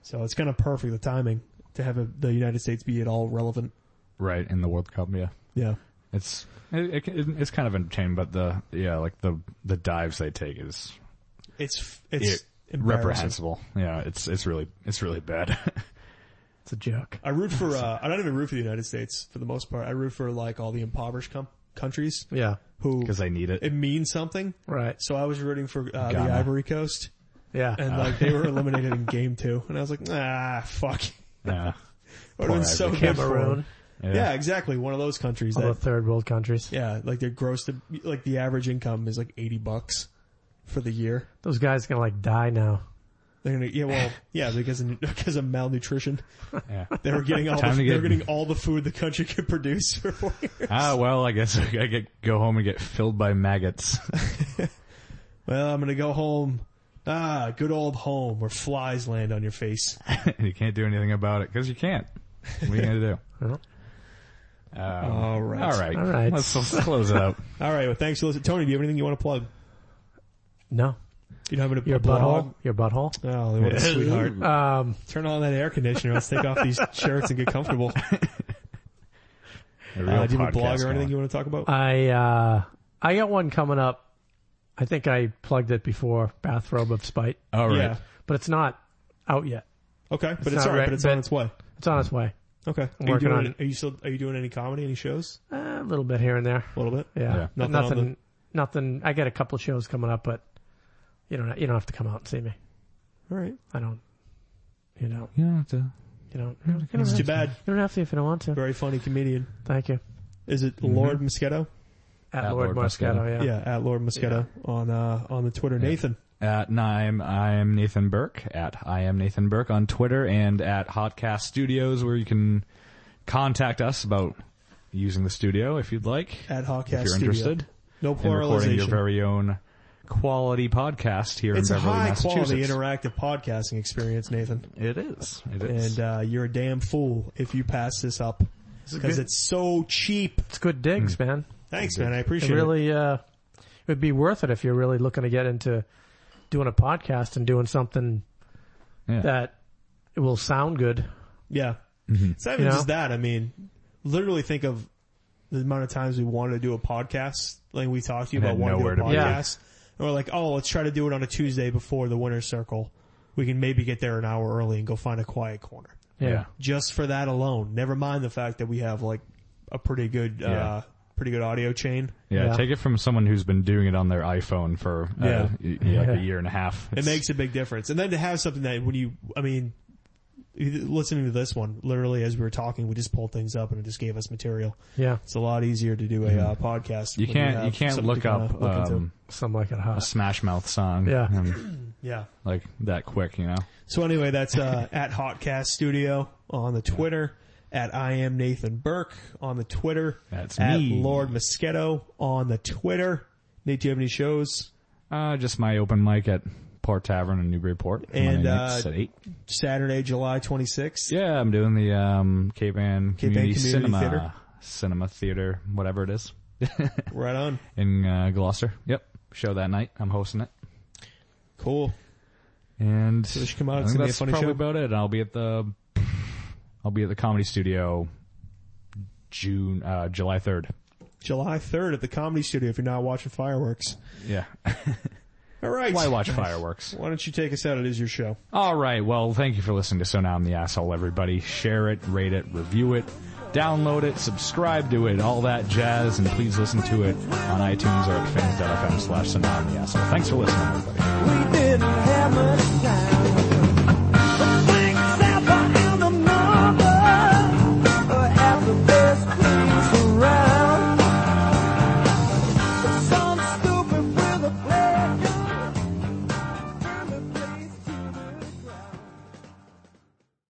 B: so it's kind of perfect the timing to have a, the United States be at all relevant.
G: Right in the World Cup, yeah.
B: Yeah.
G: It's it, it, it's kind of entertaining, but the yeah, like the the dives they take is
B: It's f- it's
G: it,
B: embarrassing.
G: reprehensible. Yeah, it's it's really it's really bad.
C: It's a joke.
B: I root for uh, I don't even root for the United States for the most part. I root for like all the impoverished com- countries
C: Yeah.
B: who
G: because they need
B: it
G: it.
B: means something.
C: Right.
B: So I was rooting for uh, the
G: Ghana. Ah.
B: Ivory Coast,
C: Yeah.
B: and like they were eliminated in game two, and I was like, ah, fuck.
G: Yeah,
B: Would have been so
G: Ivory
B: good for 'em.
C: Cameroon,
G: yeah.
B: Yeah, exactly. One of those countries
C: Uh, all the
B: that
C: third world countries.
B: yeah, like their gross to, like the average income is like eighty bucks for the year.
C: Those guys gonna like die now.
B: They're gonna yeah well yeah because of, because of malnutrition
G: yeah.
B: they were getting all the,
G: Time to
B: they were
G: get-
B: getting all the food the country could produce for four years.
G: Ah, well, I guess I get go home and get filled by maggots.
B: Well, I'm gonna go home. Ah, good old home where flies land on your face.
G: you can't do anything about it because you can't. What are you gonna do?
C: Well,
B: All right.
G: All right,
C: All right.
G: Let's, let's close it up.
B: All right. Well, thanks for listening. Tony, do you have anything you want to plug?
C: No.
B: You don't have any
C: Your
B: a blog?
C: butthole. Your butthole.
B: Oh, what a sweetheart.
C: Um,
B: Turn on that air conditioner. Let's take off these shirts and get comfortable.
G: A real
B: Uh, do you have a
G: podcast
B: blog or
G: going.
B: anything you want to talk about?
C: I uh, I got one coming up. I think I plugged it before. Bathrobe of spite,
G: All right.
B: Yeah.
C: but it's not out yet.
B: Okay. But it's,
C: not
B: all right,
C: right,
B: But it's
C: but-
B: on its way.
C: It's on its way.
B: Okay. Are you
C: working
B: doing?
C: on
B: Are you still? Are you doing any comedy? Any shows?
C: Uh, a little bit here and there.
B: A little bit.
C: Yeah,
G: Yeah.
C: But
B: Nothing on
C: nothing. Nothing, I got a couple shows coming up, but you don't. You don't have to come out and see me.
B: All right.
C: I don't. You don't.
G: You don't have to-
C: You don't. You don't,
B: It's
C: have,
B: too
C: to.
B: bad.
C: you don't have to if you don't want to.
B: Very funny comedian.
C: Thank you.
B: Is it Lord Mosquito?
C: At,
G: At
C: Lord,
G: Lord
C: Moscato.
G: Moscato.
C: Yeah.
B: Yeah. At Lord Mosquito on uh on the Twitter. Nathan.
G: At no, I'm I am Nathan Burke at I am Nathan Burke on Twitter and at Hotcast Studios where you can contact us about using the studio if you'd like.
B: At Hawkcast
G: if you're
B: Studio.
G: interested
B: No
G: in recording your
B: pluralization.
G: very own quality podcast here
B: it's a
G: in Beverly,
B: high quality
G: Massachusetts.
B: interactive podcasting experience, Nathan.
G: it is. It is.
B: And uh, you're a damn fool if you pass this up because
C: good.
B: it's so cheap.
C: It's good digs, man.
B: Thanks, man. I appreciate
C: It really. Uh, it would be worth it if you're really looking to get into doing a podcast and doing something
G: Yeah.
C: that it will sound good.
B: Yeah.
G: Mm-hmm.
B: It's not even
C: You know?
B: just that. I mean, literally think of the amount of times we wanted to do a podcast. Like we talked to you
G: And
B: about
G: had
B: wanting to do a
G: nowhere to be.
C: Yeah.
B: podcast. Or like, oh, let's try to do it on a Tuesday before the winter circle. We can maybe get there an hour early and go find a quiet corner.
C: Yeah.
G: Yeah.
B: Just for that alone. Never mind the fact that we have like a pretty good, uh,
G: Yeah.
B: pretty good audio chain.
G: yeah,
C: yeah.
G: take it from someone who's been doing it on their iPhone for uh,
B: Yeah.
G: y- yeah, like
C: Yeah.
G: a year and a half.
B: It
G: It's-
B: makes a big difference. And then to have something that when you, I mean, listening to this one, literally as we were talking, we just pulled things up and it just gave us material.
C: Yeah.
B: It's a lot easier to do a uh, podcast.
G: Mm-hmm. you
B: when
G: can't you
B: have
G: can't
B: something
G: look
B: to kinda
G: up
B: look into.
G: um,
C: Something like it
G: a
C: hot.
G: Smash Mouth song
C: Yeah.
G: um,
B: yeah.
G: like that quick, you know.
B: So anyway, that's uh, at Hotcast Studio on the Twitter. At I am Nathan Burke on the Twitter.
G: That's
B: at
G: me.
B: Lord Mosquito on the Twitter. Nate, do you have any shows?
G: Uh, just my open mic at Port Tavern in Newburyport.
B: And,
G: Monday nights
B: uh,
G: at eight.
B: Saturday, July 26th.
G: Yeah, I'm doing the um, Cape Ann
B: Community
G: Community, Cinema
B: Theater.
G: Cinema Theater, whatever it is,
B: Right on.
G: in uh, Gloucester. Yep, show that night. I'm hosting it.
B: Cool.
G: And
B: it should come out.
G: I
B: It's gonna
G: think
B: be a
G: that's
B: funny
G: probably
B: show.
G: about it. I'll be at the I'll be at the Comedy Studio June uh, July 3rd.
B: July 3rd at the Comedy Studio if you're not watching fireworks.
G: Yeah.
B: All right.
G: Why watch fireworks?
B: Why don't you take us out? It is your show.
G: All right. Well, thank you for listening to So Now I'm the Asshole, everybody. Share it, rate it, review it, download it, subscribe to it, all that jazz, and please listen to it on iTunes or at fans.fm slash So Now I'm the Asshole. Thanks for listening, everybody.
H: We